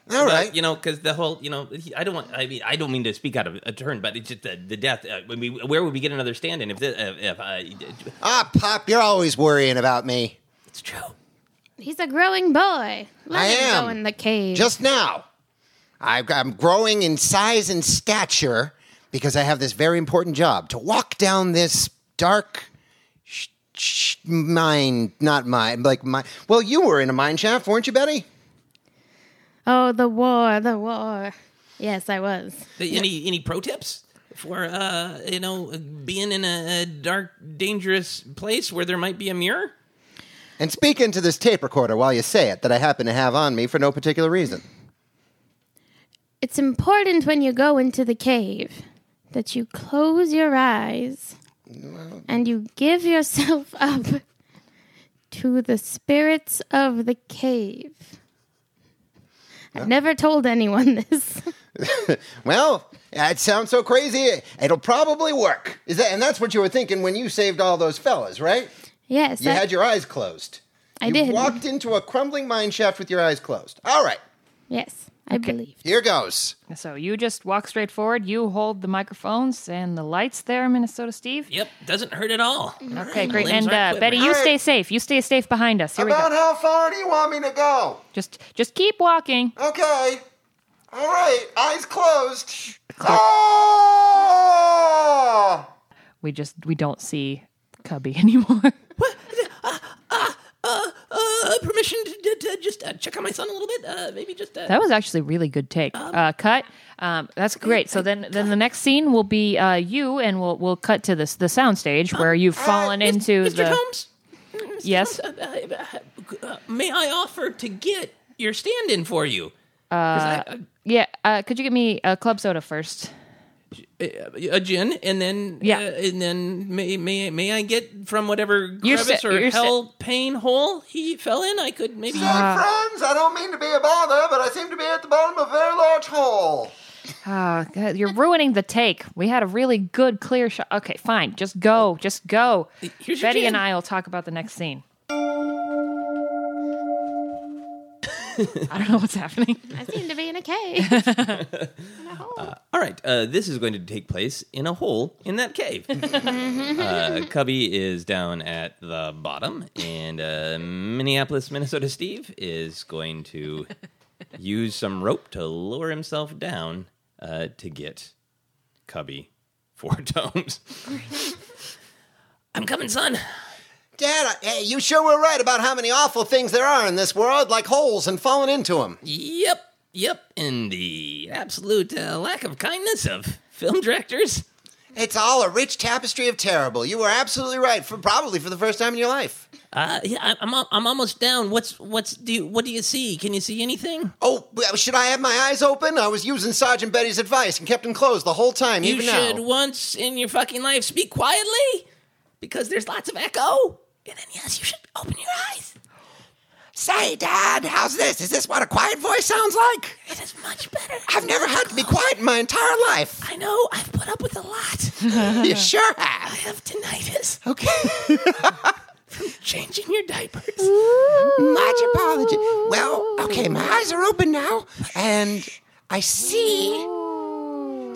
S5: All
S3: But,
S5: right.
S3: you know, because the whole, you know, I don't want. I mean, I don't mean to speak out of a turn, but it's just the, the death. Uh, when we, where would we get another stand-in if this, uh, if uh,
S5: Ah, Pop, you're always worrying about me.
S3: it's true?
S6: He's a growing boy. Let
S5: I
S6: him go
S5: am.
S6: in the cave.
S5: Just now, I've, I'm growing in size and stature because I have this very important job to walk down this dark sh- sh- mine, not mine, like mine. Well, you were in a mine shaft, weren't you, Betty?
S6: oh, the war, the war. Yes, I was.
S3: Any any pro tips for uh, you know being in a, a dark, dangerous place where there might be a mirror?
S5: And speak into this tape recorder while you say it that I happen to have on me for no particular reason.
S6: It's important when you go into the cave that you close your eyes and you give yourself up to the spirits of the cave. I've never told anyone this.
S5: Well, that sounds so crazy. It'll probably work. Is that? And that's what you were thinking when you saved all those fellas, right?
S6: Yes,
S5: You
S6: I,
S5: had your eyes closed.
S6: I
S5: you
S6: did.
S5: Walked into a crumbling mine shaft with your eyes closed. All right,
S6: yes, I believe.
S5: here goes.
S1: So you just walk straight forward. You hold the microphones and the lights there, Minnesota Steve.
S3: Yep, doesn't hurt at all.
S1: Okay, great.
S3: Limbs
S1: And
S3: aren't
S1: uh, Betty,
S3: quivering.
S1: you
S5: All right.
S1: stay safe. You stay safe behind us. Here
S5: About
S1: we go.
S5: how far do you want me to go?
S1: Just, just keep walking.
S5: Okay. All right, eyes closed. Ah!
S1: We just, we don't see Cubby anymore.
S3: Uh, permission to, to, to just uh, check on my son a little bit. Uh, maybe just uh,
S1: that was actually a really good take. Uh, cut. Um, that's great. So then, then the next scene will be uh, you, and we'll we'll cut to this the soundstage where you've fallen into
S3: Uh, Mr.
S1: the.
S3: Holmes.
S1: Yes.
S3: Uh, uh, uh, may I offer to get your stand-in for you? Uh, I,
S1: Yeah. Uh, could you get me a club soda first?
S3: a gin, uh, and then
S1: Yeah.
S3: uh, and then may may may I get from whatever
S1: You're
S3: crevice
S1: sa-
S3: or
S1: you're sa-
S3: hell pain hole he fell in? I could maybe.
S5: Hey, friends, I don't mean to be a bother, but I seem to be at the bottom of a very large hole.
S1: Uh, God, you're ruining the take. We had a really good clear shot. Okay, fine. Just go. Just go.
S3: Here's your
S1: Betty and
S3: gin.
S1: I will talk about the next scene. I don't know what's happening.
S6: I seem to be in a cave. In a hole.
S3: All right, uh, this is going to take place in a hole in that cave. uh, Cubby is down at the bottom, and uh, Minneapolis, Minnesota Steve is going to use some rope to lower himself down uh, to get Cubby four tomes. I'm coming, son.
S5: Dad, I, hey, you sure were right about how many awful things there are in this world, like holes and falling into them.
S3: Yep, yep, and the absolute uh, lack of kindness of film directors.
S5: It's all a rich tapestry of terrible. You were absolutely right, for probably for the first time in your life.
S3: Uh, yeah, I- I'm al- I'm almost down. What's what's do you, what do you see? Can you see anything?
S5: Oh, well, should I have my eyes open? I was using Sergeant Betty's advice and kept them closed the whole time,
S3: You
S5: even
S3: should
S5: now.
S3: once in your fucking life speak quietly because there's lots of echo. And then yes, you should open your eyes.
S5: Say, Dad, how's this? Is this what a quiet voice sounds like?
S7: It is much better.
S5: I've never had to be quiet in my entire life.
S7: I know I've put up with a lot.
S5: You sure
S7: I
S5: have.
S7: have tinnitus.
S5: Okay.
S7: Changing your diapers.
S5: Much apology. Well, okay, my eyes are open now, and I see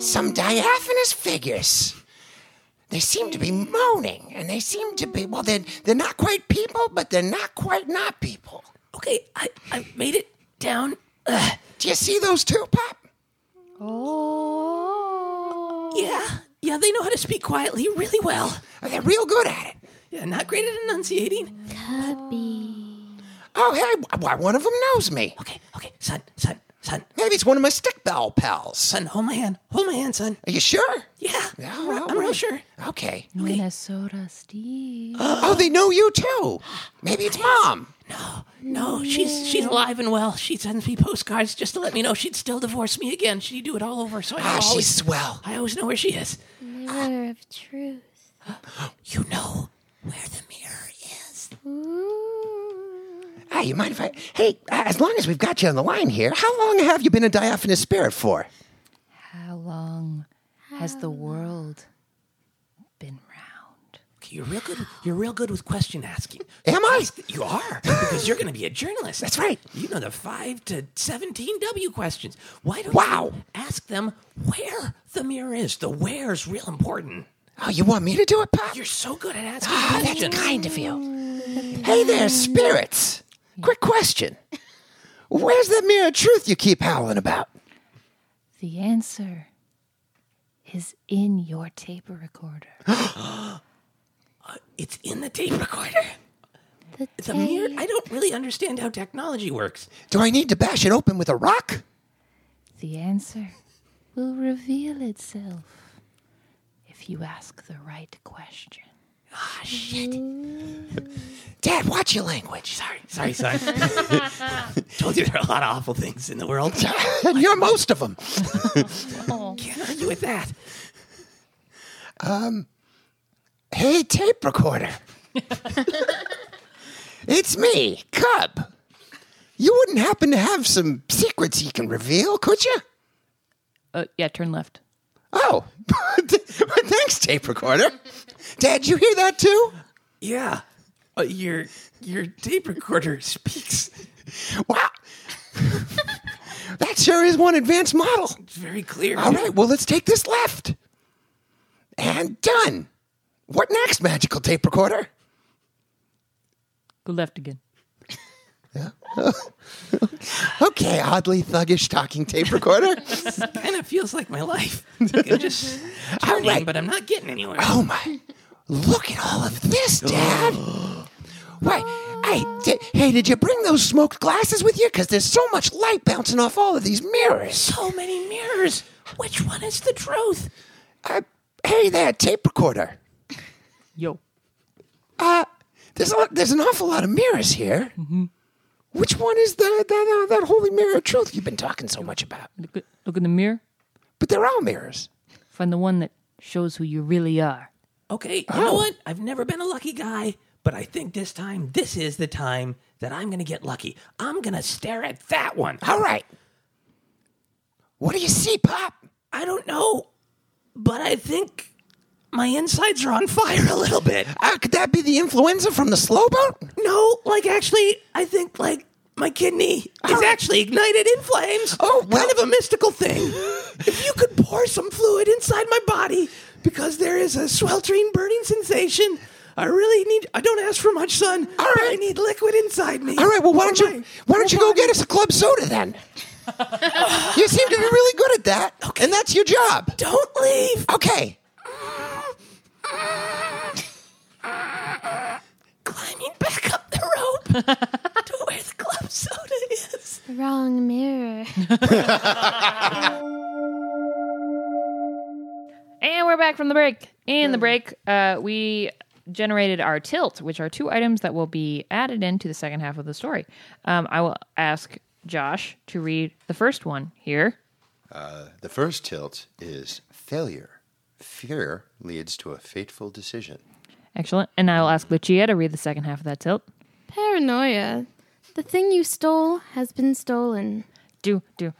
S5: some diaphanous figures. They seem to be moaning, and they seem to be, well, they're, they're not quite people, but they're not quite not people.
S7: Okay, I, I made it down. Ugh.
S5: Do you see those two, Pop?
S7: yeah, yeah, they know how to speak quietly really well.
S5: They're real good at it.
S7: Yeah, not great at enunciating.
S5: Oh, hey, why one of them knows me.
S7: Okay, okay, son, son, son,
S5: Maybe it's one of my stick bell pals.
S7: son, hold my hand. Hold my hand, son.
S5: Are you sure?
S7: Yeah,
S5: Yeah,
S7: I'm re-
S5: all
S7: I'm real
S5: right.
S7: sure.
S5: Okay.
S1: Minnesota Steve.
S5: Oh, they know you too. Maybe it's mom.
S7: No, she's she's alive and well. She sends me postcards just to let me know she'd still divorce me again. She'd do it all over, so I
S5: Ah, she's
S7: always
S5: swell.
S7: Oh, I always know where she is.
S6: Mirror of truth.
S7: You know where the mirror is.
S5: Hey, Ah, you mind if I? Hey, uh, as long as we've got you on the line here, how long have you been a diaphanous spirit for?
S1: How long has the world been round?
S7: Okay, you're real good. You're real good with question asking.
S5: Am I?
S7: Ask- You are because you're going to be a journalist.
S5: That's right.
S7: You know the five to seventeen W questions. Why don't
S5: Wow.
S7: you ask them where the mirror is? The where's real important.
S5: Oh, you want me to do it, Pop?
S7: You're so good at asking
S5: Ah,
S7: questions.
S5: that's kind of you. Hey there, spirits. Quick question. Where's that mirror of truth you keep howling about?
S1: The answer is in your tape recorder.
S7: It's in the tape recorder.
S6: The
S7: The mirror. I don't really understand how technology works.
S5: Do I need to bash it open with a rock?
S1: The answer will reveal itself if you ask the right question.
S5: Dad, watch your language.
S7: Sorry, sorry, sorry. Told you there are a lot of awful things in the world.
S5: And you're most of them.
S7: Can't argue with that.
S5: Um, Hey, tape recorder. it's me, Cub. You wouldn't happen to have some secrets you can reveal, could you?
S1: Uh, yeah, turn left.
S5: Oh, thanks, tape recorder. Dad, you hear that too?
S7: Yeah, uh, your your tape recorder speaks.
S5: Wow. that sure is one advanced model.
S7: It's very clear.
S5: All right, well, let's take this left. And done. What next, magical tape recorder?
S1: Go left again.
S5: Okay, oddly thuggish talking tape recorder.
S7: kind of feels like my life. It's like I'm just turning,
S5: right.
S7: but I'm not getting anywhere.
S5: oh my. Look at all of this, Dad. Wait, hey, di- hey, did you bring those smoked glasses with you? Because there's so much light bouncing off all of these mirrors.
S7: So many mirrors. Which one is the truth?
S5: Uh, hey there, tape recorder.
S1: Yo.
S5: Uh, There's a, there's an awful lot of mirrors here. Which one is the, that uh, that holy mirror of truth you've been talking so much about?
S1: Look, at- look in the mirror.
S5: But they're all mirrors.
S1: Find the one that shows who you really are.
S7: Okay, you
S5: Oh.
S7: know what? I've never been a lucky guy, but I think this time, this is the time that I'm gonna get lucky. I'm gonna stare at that one.
S5: All right. What do you see, Pop?
S7: I don't know, but I think my insides are on fire a little bit.
S5: Uh, could that be the influenza from the slow boat?
S7: No, like actually, I think like my kidney is actually ignited in flames.
S5: Oh, well-
S7: kind of a mystical thing. if you could pour some fluid inside my body, because there is a sweltering, burning sensation. I really need. I don't ask for much, son. All right. I
S5: right.
S7: need liquid inside me.
S5: All right. Well, why
S7: For
S5: don't you
S7: my-
S5: why don't you go get us a club soda then? you seem to be really good at that, and that's your job.
S7: Don't leave.
S5: Okay.
S7: Climbing back up the rope to where the club soda is.
S6: Wrong mirror.
S1: And we're back from the break. In the break, uh, we generated our tilt, which are two items that will be added into the second half of the story. Um, I will ask Josh to read the first one here.
S8: The first tilt is failure. Fear leads to a fateful decision.
S1: Excellent. And I will ask Lucia to read the second half of that tilt.
S6: Paranoia The thing you stole has been stolen.
S1: do do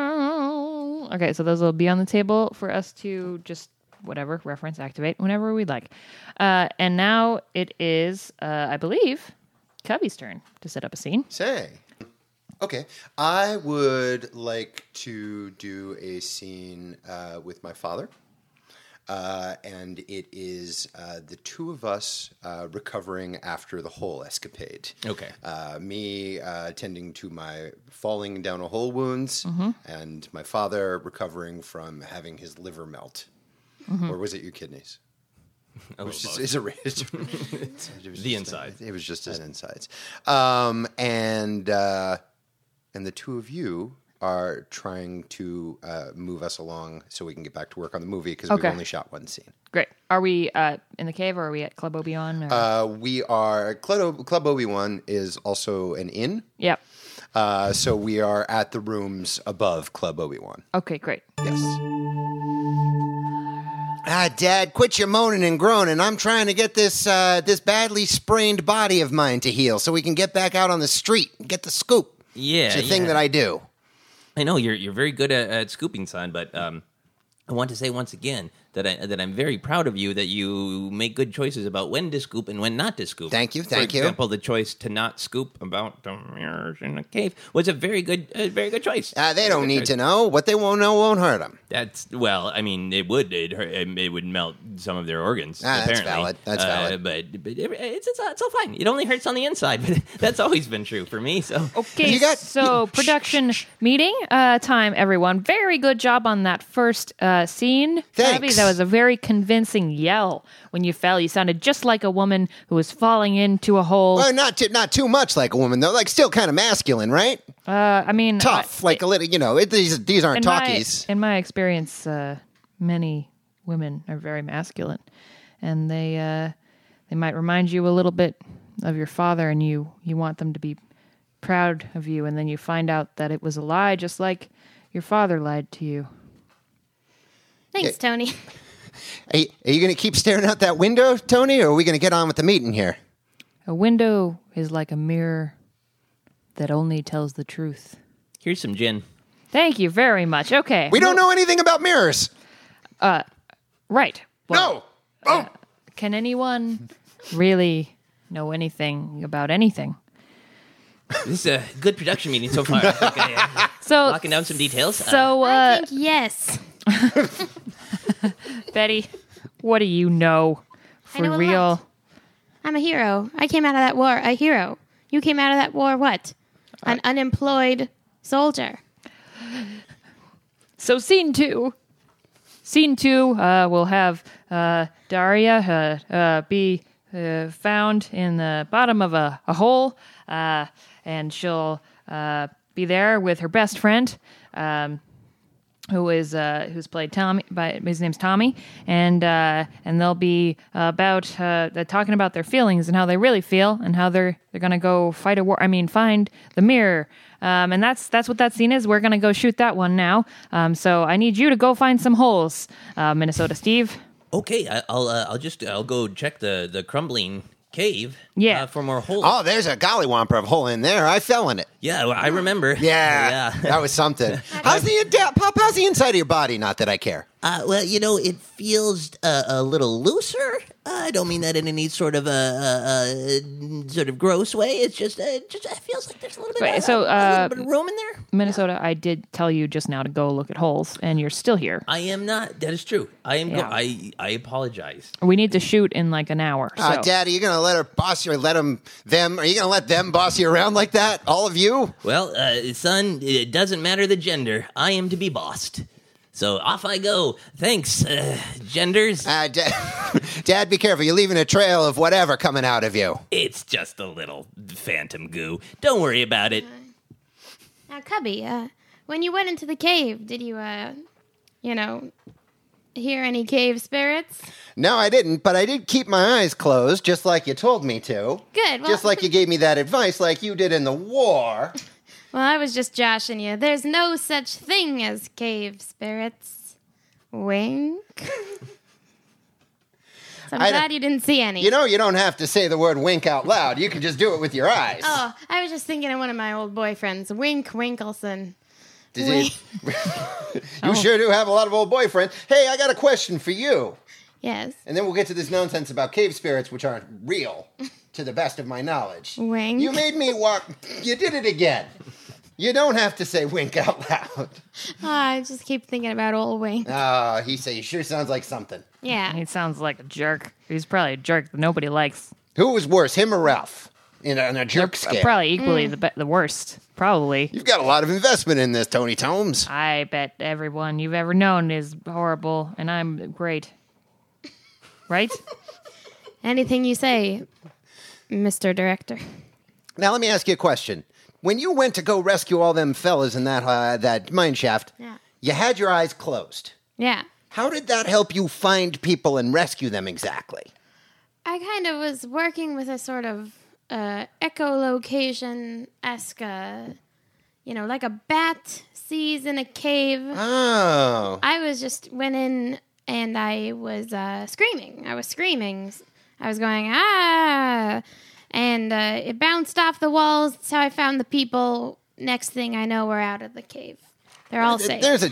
S1: do. Okay, so those will be on the table for us to just whatever reference activate whenever we'd like. Uh, and now it is, uh, I believe, Cubby's turn to set up a scene.
S8: Say. Okay. I would like to do a scene uh, with my father. Uh, and it is uh, the two of us uh, recovering after the whole escapade.
S3: Okay.
S8: Uh, me uh, tending to my falling down a hole wounds, and my father recovering from having his liver melt. Or was it your kidneys? Which is, is a ra- it's a- it's- it was
S3: The
S8: just-
S3: inside.
S8: It was just his insides. Um, and uh, and the two of you are trying to uh, move us along so we can get back to work on the movie because
S1: Okay.
S8: we've only shot one scene.
S1: Great. Are we uh, in the cave or are we at Club Obion? Or...
S8: Uh, we are Club, o- Club Obi Wan is also an inn,
S1: yep.
S8: uh, so we are at the rooms above Club Obi Wan.
S1: Okay, great.
S8: Yes.
S5: Ah, Dad, quit your moaning and groaning. I'm trying to get this uh, this badly sprained body of mine to heal, so we can get back out on the street and get the scoop.
S3: Yeah,
S5: it's a thing
S3: yeah.
S5: that I do.
S3: I know you're you're very good at, at scooping, son, but um, I want to say once again that I that I'm very proud of you that you make good choices about when to scoop and when not to scoop.
S5: Thank you, thank
S3: For
S5: you.
S3: example, the choice to not scoop about the mirrors in the cave was a very good a very good choice.
S5: Uh, they don't need
S3: Okay.
S5: to know. What they won't know won't hurt them.
S3: That's well, I mean, it would it hurt, it would melt some of their organs.
S5: Ah, that's
S3: apparently. Uh,
S5: valid, that's valid.
S3: But but it- it's, it's it's all fine. It only hurts on the inside, but that's always been true for me. So
S1: Okay,
S5: You got-
S1: so production meeting uh, time, everyone. Very good job on that first uh, scene. Abby,
S5: Thanks.
S1: that was a very convincing yell when you fell. You sounded just like a woman who was falling into a hole.
S5: Well, not too, not too much like a woman though. Like still kind of masculine, right?
S1: Uh, I mean,
S5: Tough,
S1: I-
S5: like a little. You know, it, these these aren't
S1: in my-
S5: talkies.
S1: in my experience, uh, many women are very masculine, and they uh, they might remind you a little bit of your father, and you you want them to be proud of you, and then you find out that it was a lie, just like your father lied to you.
S6: Thanks, Tony.
S5: Are you, are you going to keep staring out that window, Tony, or are we going to get on with the meeting here?
S1: A window is like a mirror that only tells the truth.
S3: here's some gin.
S1: Thank you very much. Okay,
S5: We don't know anything about mirrors.
S1: right. Well,
S5: No.
S1: Can anyone really know anything about anything?
S3: This is a good production meeting so far. Okay, uh,
S1: So
S3: locking down some details. Uh,
S1: So,
S6: I
S1: uh,
S6: think yes.
S1: Betty, what do you know for
S6: know a
S1: real?
S6: lot. I'm a hero. I came out of that war a hero. You came out of that war what? An unemployed soldier.
S1: So, scene two. Scene two uh, will have uh, Daria uh, uh, be uh, found in the bottom of a, a hole, uh, and she'll uh, be there with her best friend. Um, who is uh, who's played Tommy? By his name's Tommy, and uh, and they'll be about uh, they're talking about their feelings and how they really feel and how they're they're gonna go fight a war. I mean, find the mirror, um, and that's that's what that scene is. We're gonna go shoot that one now. Um, so I need you to go find some holes, uh, Minnesota Steve.
S3: okay, I, I'll uh, I'll just I'll go check the the crumbling cave.
S1: Yeah.
S3: uh, for more holes.
S5: Oh, there's a gollywomper of hole in there. I fell in it.
S3: Yeah, well, I remember.
S5: Yeah,
S3: yeah.
S5: that was something. How's the inde- Pop? How's the inside of your body? Not that I care.
S3: Uh, well, you know, it feels uh, a little looser. Uh, I don't mean that in any sort of a uh, uh, sort of gross way. It's just, uh, it just it feels like there's a little bit,
S1: Wait,
S3: of,
S1: so,
S3: a
S1: uh,
S3: little bit of room in there.
S1: Minnesota, I did tell you just now to go look at holes, and you're still here.
S3: I am not. That is true. I am.
S1: Yeah.
S3: Go- I I apologize.
S1: We need to shoot in like an hour. So.
S5: Uh, Dad, are you gonna let her boss you? Or let them? Them? Are you gonna let them boss you around like that? All of you?
S3: Well, uh, son, it doesn't matter the gender. I am to be bossed. So off I go. Thanks, uh, genders.
S5: Uh, Dad, Dad, be careful. You're leaving a trail of whatever coming out of you.
S3: It's just a little phantom goo. Don't worry about it.
S1: Uh,
S6: Now, Cubby, uh, when you went into the cave, did you, uh, you know, hear any cave spirits?
S5: No, I didn't, but I did keep my eyes closed, just like you told me to.
S6: Good. Well,
S5: Just like you gave me that advice, like you did in the war.
S6: Well, I was just joshing you. There's no such thing as cave spirits. Wink. So I'm
S5: I
S6: glad
S5: don't-
S6: you didn't see any.
S5: You know, you don't have to say the word wink out loud. You can just do it with your eyes.
S6: Oh, I was just thinking of one of my old boyfriends, Wink Winkleson.
S5: Did you you sure do have a lot of old boyfriends. Hey, I got a question for you.
S6: Yes,
S5: And then we'll get to this nonsense about cave spirits, which aren't real, to the best of my knowledge.
S6: Wink.
S5: You made me walk. You did it again. You don't have to say wink out loud.
S6: oh, I just keep thinking about old Wink.
S5: Ah, he say, sure sounds like something.
S6: Yeah,
S1: He sounds like a jerk. He's probably a jerk that nobody likes.
S5: Who was worse, him or Ralph? In a, in a jerk scale.
S1: Probably
S5: Mm.
S1: equally the be- the worst. Probably.
S5: You've got a lot of investment in this, Tony Tomes.
S1: I bet everyone you've ever known is horrible, and I'm great. Right?
S6: anything you say, Mister Director.
S5: Now let me ask you a question. When you went to go rescue all them fellas in that uh, that mine shaft,
S6: Yeah.
S5: you had your eyes closed.
S6: Yeah,
S5: How did that help you find people and rescue them exactly?
S6: I kind of was working with a sort of uh, echolocation esque, uh, you know, like a bat sees in a cave.
S5: Oh,
S6: I was just went in and I was uh, screaming. I was screaming. I was going ah, and uh, it bounced off the walls. That's how I found the people. Next thing I know, we're out of the cave. They're all safe.
S5: there's a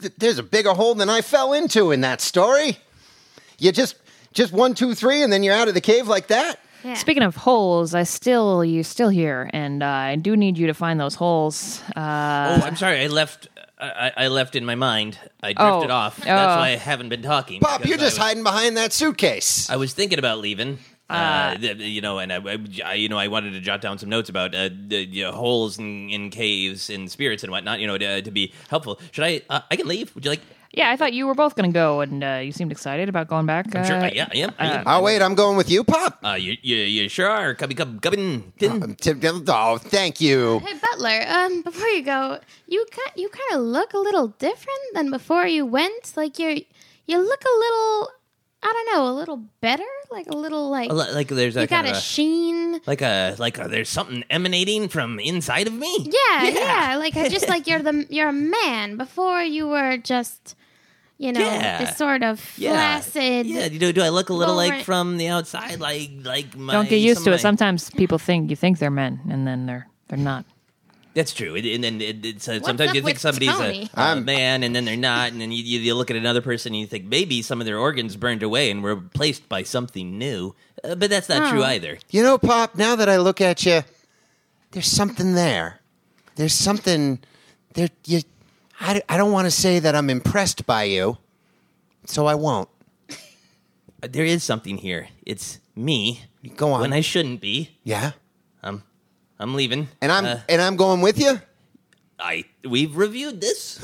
S5: th- there's a bigger hole than I fell into in that story. You just just one, two, three, and then you're out of the cave like that.
S6: Yeah.
S1: Speaking of holes, I still you still here, and uh, I do need you to find those holes. Uh,
S3: oh, I'm sorry. I left. I, I I left in my mind. I drifted
S1: Oh.
S3: off. That's
S1: Oh.
S3: why I haven't been talking.
S5: Pop,
S3: because
S5: you're just
S3: I was,
S5: hiding behind that suitcase.
S3: I was thinking about leaving. Uh, th- you know, and I, I- I- you know, I wanted to jot down some notes about uh, the, you know, holes in, in caves and spirits and whatnot. You know, to, to be helpful. Should I? Uh, I can leave. Would you like?
S1: yeah, I thought you were both going to go, and uh, you seemed excited about going back.
S3: I'm sure.
S1: uh,
S3: I, yeah, I am. I am.
S5: oh wait, I'm going with you, Pop.
S3: Uh, you, you, you sure are. Cubby, cub, cubbin, tin.
S1: Uh,
S5: Um, Tim- Tim- Oh, thank you.
S6: Hey Butler, um, before you go, you ki- you kind of look a little different than before you went. Like you're, you look a little, I don't know, a little better, like a little like
S3: Li- like there's a
S6: you got
S3: kind
S6: a
S3: of a-
S6: sheen.
S3: like a like a, there's something emanating from inside of me.
S6: Yeah, yeah, like I just like you're the you're a man. Before you were just, you know,
S3: Yeah.
S6: this sort of flaccid.
S3: Yeah, do, do I look a little
S6: Well,
S3: like
S6: right.
S3: from the outside, like like my?
S1: Don't get used
S3: some
S1: to
S3: of
S1: it.
S3: my-
S1: Sometimes people think you think they're men, and then they're they're not.
S3: That's true, and, and then it, it's, uh, sometimes
S6: up
S3: you think
S6: with
S3: somebody's
S6: Tony?
S3: a, a man, and then they're not, and then you, you, you look at another person and you think maybe some of their organs burned away and were replaced by something new, uh, but that's not
S6: Oh.
S3: true either.
S5: You know, Pop, now that I look at you, there's something there. There's something there. You, I, I don't want to say that I'm impressed by you, so I won't.
S3: There is something here. It's me
S5: Go on.
S3: when I shouldn't be.
S5: yeah,
S3: I'm I'm leaving,
S5: and I'm
S3: Uh,
S5: and I'm going with you.
S3: I we've reviewed this.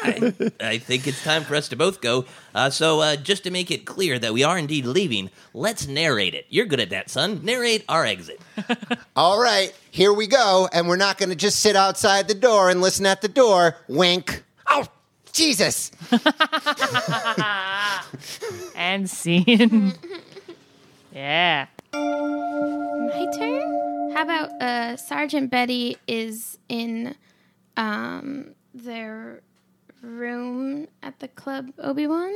S3: I, I think it's time for us to both go. Uh, so uh, just to make it clear that we are indeed leaving, let's narrate it. You're good at that, son. Narrate our exit.
S5: All right, here we go, and we're not going to just sit outside the door and listen at the door. Wink. Oh, Jesus!
S1: And scene. yeah.
S6: My turn. How about uh, Sergeant Betty is in um, their room at the club, Obi Wan?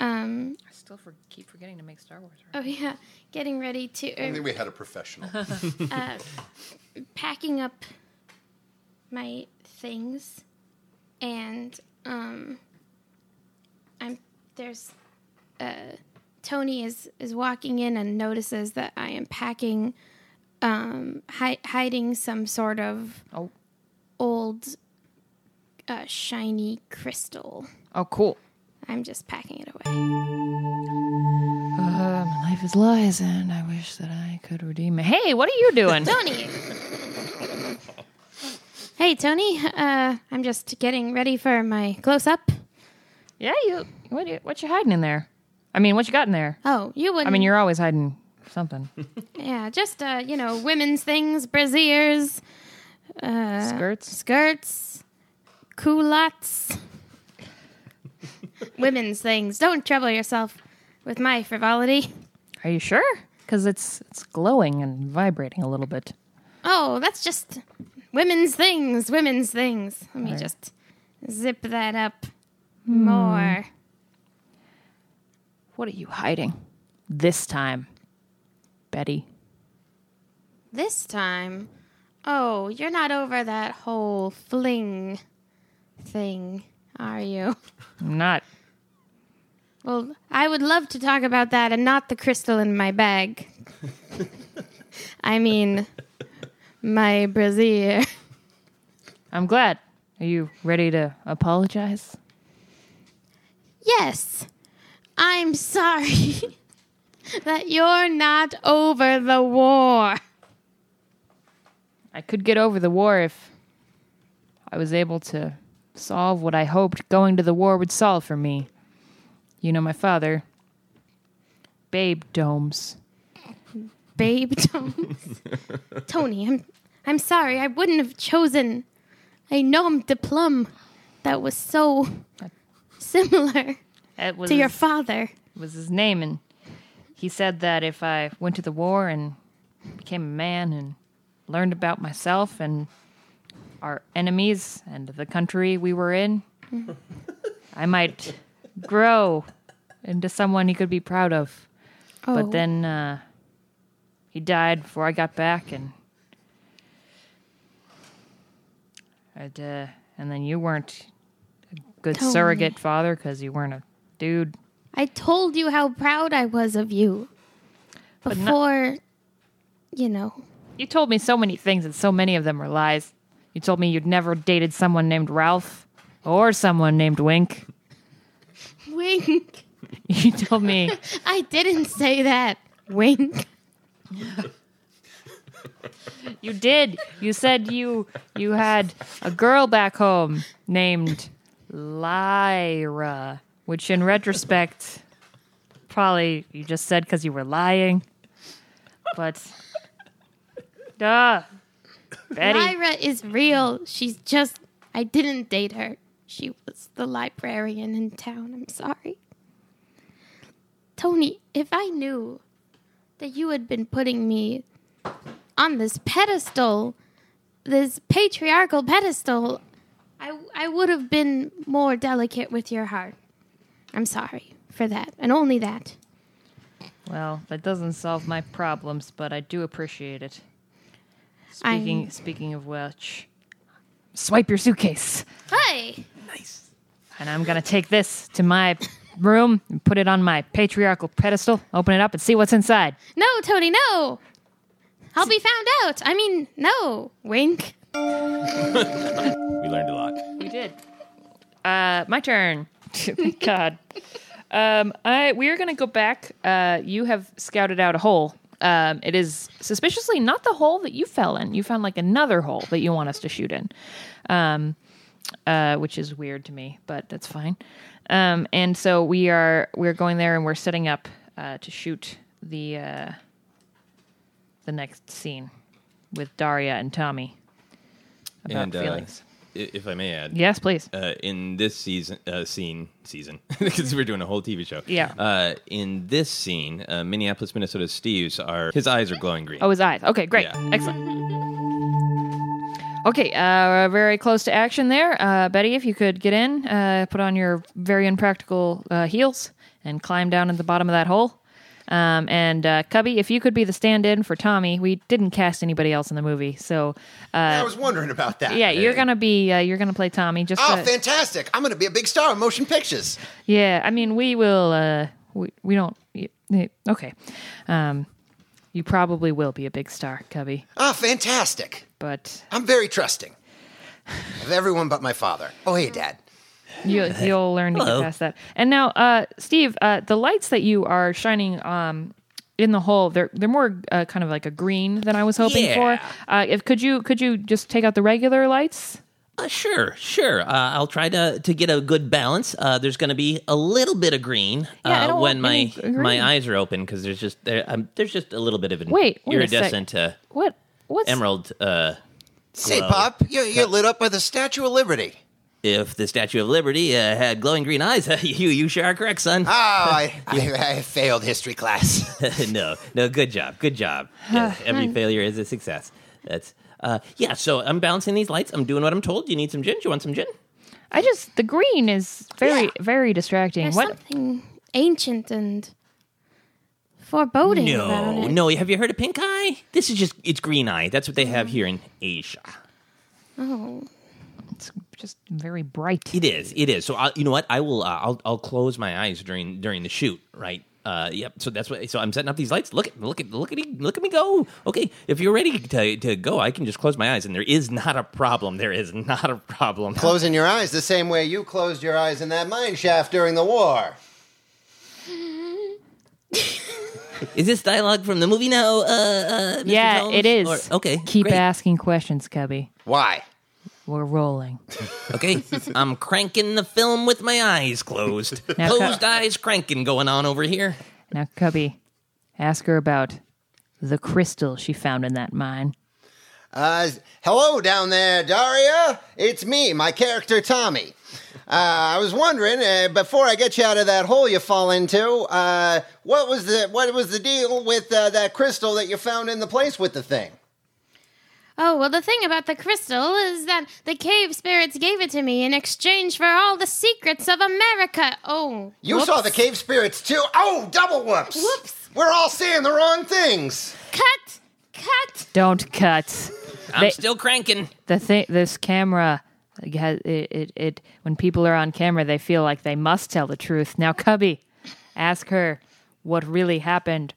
S6: Um,
S1: I still for, keep forgetting to make Star Wars.
S6: oh, yeah. Getting ready to.
S8: I think
S6: er,
S8: we had a professional.
S6: packing up my things. And um, I'm. There's. Uh, Tony is, is walking in and notices that I am packing, um, hi- hiding some sort of
S1: Oh,
S6: old uh, shiny crystal.
S1: oh, cool.
S6: I'm just packing it away.
S1: Uh, my life is lies, and I wish that I could redeem it. Hey, what are you doing?
S6: Tony! hey, Tony. Uh, I'm just getting ready for my close up.
S1: yeah, you. What you, what you hiding in there? I mean, what you got in there?
S6: Oh, you wouldn't.
S1: I mean, you're always hiding something.
S6: Yeah, just, uh, you know, women's things, brassieres,
S1: Skirts.
S6: skirts, culottes. women's things. Don't trouble yourself with my frivolity.
S1: Are you sure? Because it's it's glowing and vibrating a little bit.
S6: Oh, that's just women's things, women's things. Let me
S1: Hmm.
S6: just zip that up more.
S1: What are you hiding? This time, Betty.
S6: This time, oh, you're not over that whole fling thing, are you?
S1: I'm not.
S6: Well, I would love to talk about that and not the crystal in my bag. I mean, my brassiere.
S1: I'm glad. Are you ready to apologize?
S6: Yes, I'm sorry that you're not over the war.
S1: I could get over the war if I was able to solve what I hoped going to the war would solve for me. You know, my father, Babe Domes.
S6: Babe Tones. Tony, I'm I'm sorry. I wouldn't have chosen a nom de plume that was so similar
S1: That was
S6: to your father.
S1: was his name, and he said that if I went to the war and became a man and learned about myself and our enemies and the country we were in, I might grow into someone he could be proud of.
S6: Oh.
S1: But then uh, he died before I got back, and I'd, uh, and then you weren't a good
S6: Tony.
S1: surrogate father because you weren't a dude.
S6: I told you how proud I was of you
S1: not-
S6: before, you know.
S1: You told me so many things, and so many of them were lies. You told me you'd never dated someone named Ralph or someone named Wink.
S6: Wink.
S1: You told me
S6: I didn't say that. Wink.
S1: you did. You said you you had a girl back home named Lyra, which in retrospect probably you just said cuz you were lying. But duh. Betty,
S6: Lyra is real. She's just I didn't date her. She was the librarian in town. I'm sorry. Tony, if I knew that you had been putting me on this pedestal, this patriarchal pedestal, I I would have been more delicate with your heart. I'm sorry for that, and only that.
S1: well, that doesn't solve my problems, but I do appreciate it.
S6: I'm-
S1: Speaking speaking of which, swipe your suitcase,
S6: Hey,
S1: and I'm gonna take this to my room and put it on my patriarchal pedestal. Open it up and see what's inside.
S6: no, Tony, no. I'll be found out. I mean, no. Wink.
S3: We learned a lot.
S1: We did. Uh, my turn. Thank Oh God. Um, I we are gonna go back. Uh, you have scouted out a hole. Um, it is suspiciously not the hole that you fell in. You found like another hole that you want us to shoot in, um, uh, which is weird to me, but that's fine. Um, and so we are we're going there and we're setting up uh, to shoot the uh, the next scene with Daria and Tommy about
S3: and uh,
S1: feelings.
S3: i- if I may add,
S1: yes, please.
S3: uh, in this season uh, scene season because we're doing a whole TV show.
S1: Yeah.
S3: Uh, in this scene, uh, Minneapolis, Minnesota, Steve's are his eyes are glowing green.
S1: Oh, his eyes. Okay, great.
S3: Yeah.
S1: Excellent. Okay, uh, we're very close to action there. Uh, Betty, if you could get in, uh, put on your very impractical uh, heels and climb down at the bottom of that hole. Um, and uh, Cubby, if you could be the stand in for Tommy, we didn't cast anybody else in the movie. So, uh,
S5: I was wondering about that.
S1: yeah, you're going to be, uh, you're going to play Tommy. Just
S5: Oh,
S1: to-
S5: fantastic! I'm going to be a big star in motion pictures.
S1: Yeah, I mean, we will. Uh, we we don't. y- y- Okay, um, you probably will be a big star, Cubby.
S5: Ah, fantastic!
S1: But
S5: I'm very trusting of everyone but my father. Oh, hey, Dad.
S1: you, you'll learn to get past that. And now, uh, Steve, uh, the lights that you are shining um, in the hole, they're they're more uh, kind of like a green than I was hoping
S3: Yeah.
S1: for. Uh, if could you could you just take out the regular lights?
S9: Uh, sure, sure. Uh, I'll try to to get a good balance. Uh, there's going to be a little bit of green uh,
S1: Yeah, I don't
S9: when
S1: want any
S9: my
S1: green.
S9: my eyes are open because there's just there, um, there's just a little bit of an
S1: Wait, wait a sec.
S9: iridescent uh,
S1: What what's
S9: emerald. Uh,
S5: Say, Pop, you're, you're lit up by the Statue of Liberty.
S9: if the Statue of Liberty uh, had glowing green eyes, you you sure are correct, son.
S5: Oh, I, I, I failed history class.
S9: no, no, good job, good job. Yeah, every failure is a success. That's uh, yeah. So I'm balancing these lights. I'm doing what I'm told. You need some gin? Do you want some gin?
S1: I just the green is very very distracting.
S6: There's
S1: what
S6: something ancient and foreboding about
S3: No,
S6: it.
S3: no. Have you heard of pink eye? This is just it's green eye. That's what they have here in Asia.
S6: Oh,
S1: It's just very bright.
S3: It is. It is. So I, you know what? I will. Uh, I'll. I'll close my eyes during during the shoot. Right. Uh. Yep. So that's what. So I'm setting up these lights. Look at. Look at. Look at. Look at me go. Okay. If you're ready to to go, I can just close my eyes, and there is not a problem. There is not a problem.
S5: Closing your eyes the same way you closed your eyes in that mine shaft during the war.
S3: Is this dialogue from the movie now? Uh. uh Mr.
S1: Yeah,
S3: Jones?
S1: it is.
S3: Or- okay.
S1: Keep
S3: great.
S1: asking questions, Cubby.
S5: Why?
S1: We're rolling.
S3: Okay. I'm cranking the film with my eyes closed.
S1: Now, co-
S3: closed eyes cranking going on over here.
S1: Now, Cubby, ask her about the crystal she found in that mine.
S5: Uh, hello down there, Daria. It's me, my character Tommy. Uh, I was wondering uh, before I get you out of that hole you fall into, uh, what was the what was the deal with uh, that crystal that you found in the place with the thing?
S6: Oh, well, the thing about the crystal is that the cave spirits gave it to me in exchange for all the secrets of America. Oh.
S5: You saw the cave spirits too. Oh, double whoops!
S6: Whoops.
S5: We're all saying the wrong things.
S6: Cut! Cut!
S1: Don't cut.
S3: I'm
S1: They-
S3: still cranking.
S1: The thing, this camera, it has- it, it, it. When people are on camera, they feel like they must tell the truth. Now, Cubby, ask her what really happened.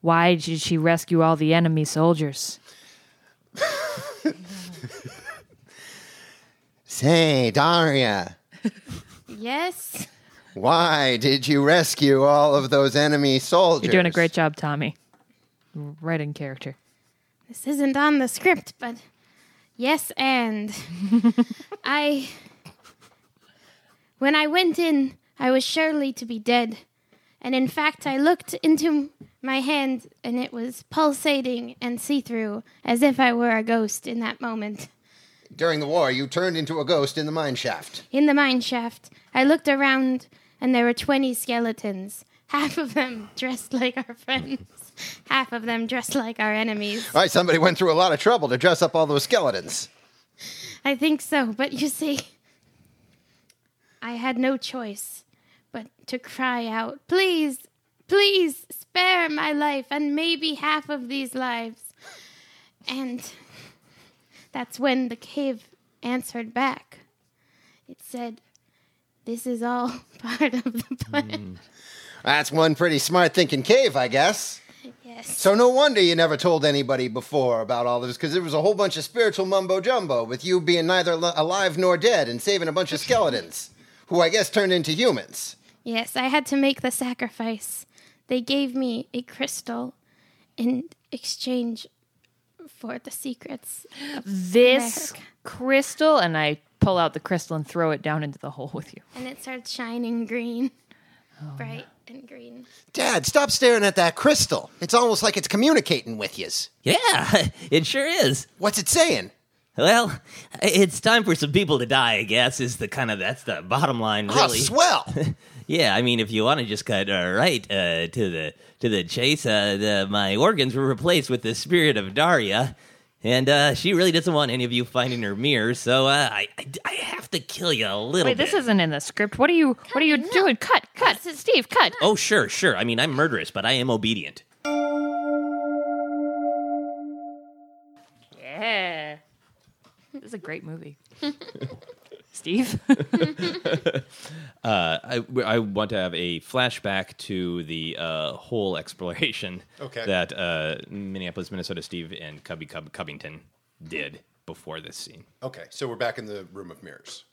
S1: Why did she rescue all the enemy soldiers?
S5: Say, Daria,
S6: Yes.
S5: why did you rescue all of those enemy soldiers?
S1: You're doing a great job, Tommy. Right in character.
S6: This isn't on the script, but yes, and I. When I went in, I was surely to be dead. And in fact, I looked into my hand and it was pulsating and see through as if I were a ghost in that moment.
S5: During the war, you turned into a ghost in the mine shaft.
S6: In the mine shaft, I looked around and there were 20 skeletons. Half of them dressed like our friends, half of them dressed like our enemies.
S5: All right, somebody went through a lot of trouble to dress up all those skeletons.
S6: I think so, but you see, I had no choice but to cry out, please, please spare my life and maybe half of these lives. And that's when the cave answered back. It said, this is all part of the plan.
S5: That's one pretty smart thinking cave, I guess.
S6: Yes.
S5: So no wonder you never told anybody before about all this, because there was a whole bunch of spiritual mumbo jumbo with you being neither li- alive nor dead and saving a bunch of skeletons, who I guess turned into humans.
S6: Yes, I had to make the sacrifice. They gave me a crystal in exchange for the secrets.
S1: This crystal, and I pull out the crystal and throw it down into the hole with you.
S6: And it starts shining green. bright and green.
S5: Dad, stop staring at that crystal. It's almost like it's communicating with yous.
S3: Yeah, it sure is.
S5: What's it saying?
S3: Well, it's time for some people to die, I guess, is the kind of that's the bottom line,
S5: Ah,
S3: really.
S5: swell.
S3: yeah, I mean, if you want to just cut uh, right uh, to the to the chase, uh, the, my organs were replaced with the spirit of Daria, and uh, she really doesn't want any of you finding her mirror, so uh, I, I I have to kill you a little
S1: Wait,
S3: bit.
S1: this isn't in the script. What are you? What are you doing? Cut! Cut! Steve, cut!
S3: oh, sure, sure. I mean, I'm murderous, but I am obedient.
S1: Yeah, this is a great movie. Steve,
S10: I, I want to have a flashback to the uh, whole exploration
S11: Okay.
S10: that uh, Minneapolis, Minnesota Steve and Cubby Cub Cubbington did before this scene.
S11: Okay, so we're back in the room of mirrors.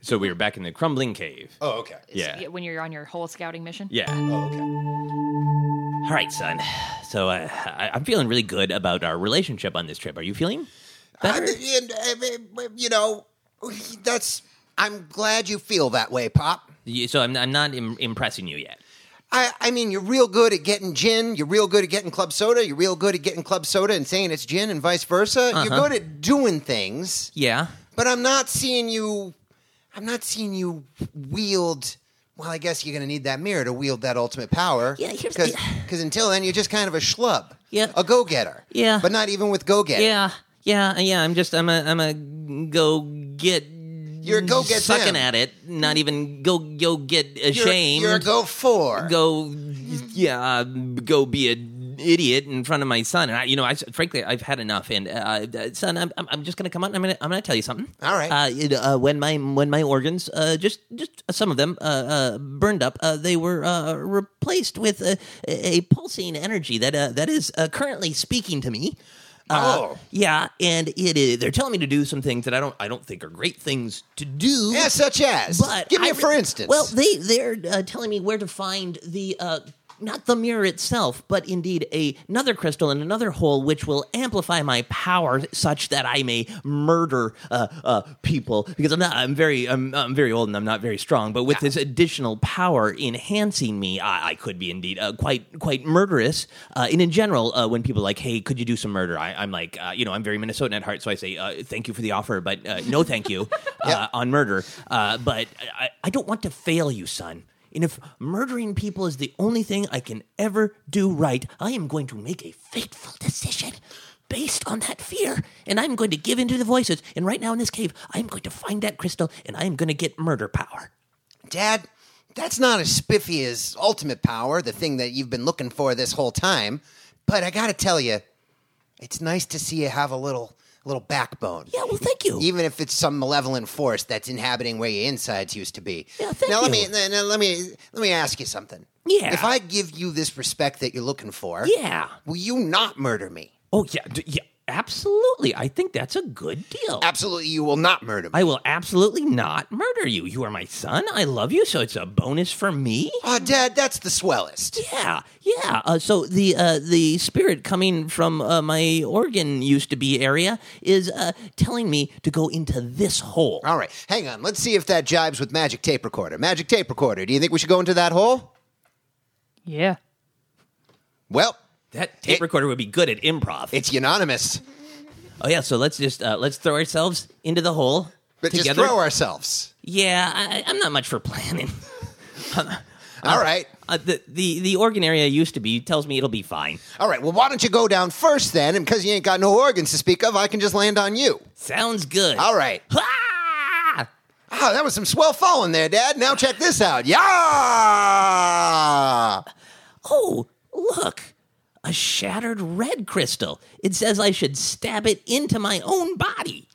S10: So we were back in the crumbling cave.
S11: Oh, okay.
S10: Yeah.
S1: when you're on your whole scouting mission,
S10: Yeah.
S11: Oh, okay.
S3: All right, son. So uh, I, I'm feeling really good about our relationship on this trip. Are you feeling?
S5: I mean, I mean, you know, that's. I'm glad you feel that way, Pop.
S3: You- So I'm, I'm not Im- impressing you yet.
S5: I, I mean, you're real good at getting gin. You're real good at getting club soda. You're real good at getting club soda and saying it's gin and vice versa.
S3: Uh-huh.
S5: You're good at doing things,
S3: Yeah.
S5: but I'm not seeing you. I'm not seeing you wield. Well, I guess you're going to need that mirror to wield that ultimate power.
S3: Yeah, here's-
S5: because
S3: yeah.
S5: until then you're just kind of a schlub.
S3: Yeah.
S5: a go getter.
S3: Yeah.
S5: but not even with go getter.
S3: Yeah. Yeah. Yeah. I'm just I'm a I'm a go get
S5: You're a go get
S3: sucking at it, not even go go get ashamed.
S5: You're, a go for.
S3: go yeah uh, go be an idiot in front of my son and i you know i frankly i've had enough and uh, uh, son i'm, I'm I'm just gonna come out and i'm gonna i'm gonna tell you something
S5: All right.
S3: uh, it, uh when my when my organs uh just just some of them uh, uh burned up uh, they were uh replaced with a, a pulsing energy that uh, that is uh, currently speaking to me uh,
S5: Oh.
S3: yeah, and it is. They're telling me to do some things that I don't. I don't think are great things to do.
S5: Yeah, such as.
S3: But
S5: Give me
S3: I
S5: a for
S3: re-
S5: instance.
S3: Well, they they're uh, telling me where to find the uh, not the mirror itself, but indeed a, another crystal in another hole, which will amplify my power such that I may murder uh, uh, people. Because I'm not I'm very I'm, I'm very old and I'm not very strong, but with this additional power enhancing me, I, I could be indeed uh, quite quite murderous. Uh, and in general, uh, when people are like, hey, could you do some murder? I, I'm like, uh, you know, I'm very Minnesotan at heart, so I say uh, thank you for the offer, but uh, no, thank you uh, on murder. Uh, but I, I don't want to fail you, son. And if murdering people is the only thing I can ever do right, I am going to make a fateful decision based on that fear. And I'm going to give in to the voices. And right now in this cave, I'm going to find that crystal and I am going to get murder power.
S5: Dad, that's not as spiffy as ultimate power, the thing that you've been looking for this whole time. But I gotta tell you, it's nice to see you have a little, little backbone.
S3: Yeah, well, thank you.
S5: Even if it's some malevolent force that's inhabiting where your insides used to be.
S3: Yeah, thank
S5: now let
S3: you.
S5: me now, now let me let me ask you something.
S3: Yeah.
S5: If I give you this respect that you're looking for,
S3: Yeah.
S5: will you not murder me?
S3: Oh, yeah. d- yeah. Absolutely. I think that's a good deal.
S5: Absolutely, you will not murder me.
S3: I will absolutely not murder you. You are my son. I love you, so it's a bonus for me.
S5: oh, Dad, that's the swellest.
S3: Yeah, yeah. Uh, so the uh, the spirit coming from uh, my organ used to be area is uh, telling me to go into this hole.
S5: All right, hang on. Let's see if that jibes with magic tape recorder. Magic tape recorder. Do you think we should go into that hole?
S1: Yeah.
S5: Well,
S3: That tape
S5: It-
S3: recorder would be good at improv.
S5: it's unanimous.
S3: oh yeah, so let's just uh, let's throw ourselves into the hole
S5: But
S3: together.
S5: just throw ourselves.
S3: yeah, I, I'm not much for planning.
S5: All right.
S3: Uh, the, the the organ area used to be tells me it'll be fine.
S5: All right. Well, why don't you go down first then? And because you ain't got no organs to speak of, I can just land on you.
S3: Sounds good.
S5: All right.
S3: Ah!
S5: Oh, that was some swell falling there, Dad. Now check this out. Ah, Yeah.
S3: Oh, look. A shattered red crystal. It says I should stab it into my own body.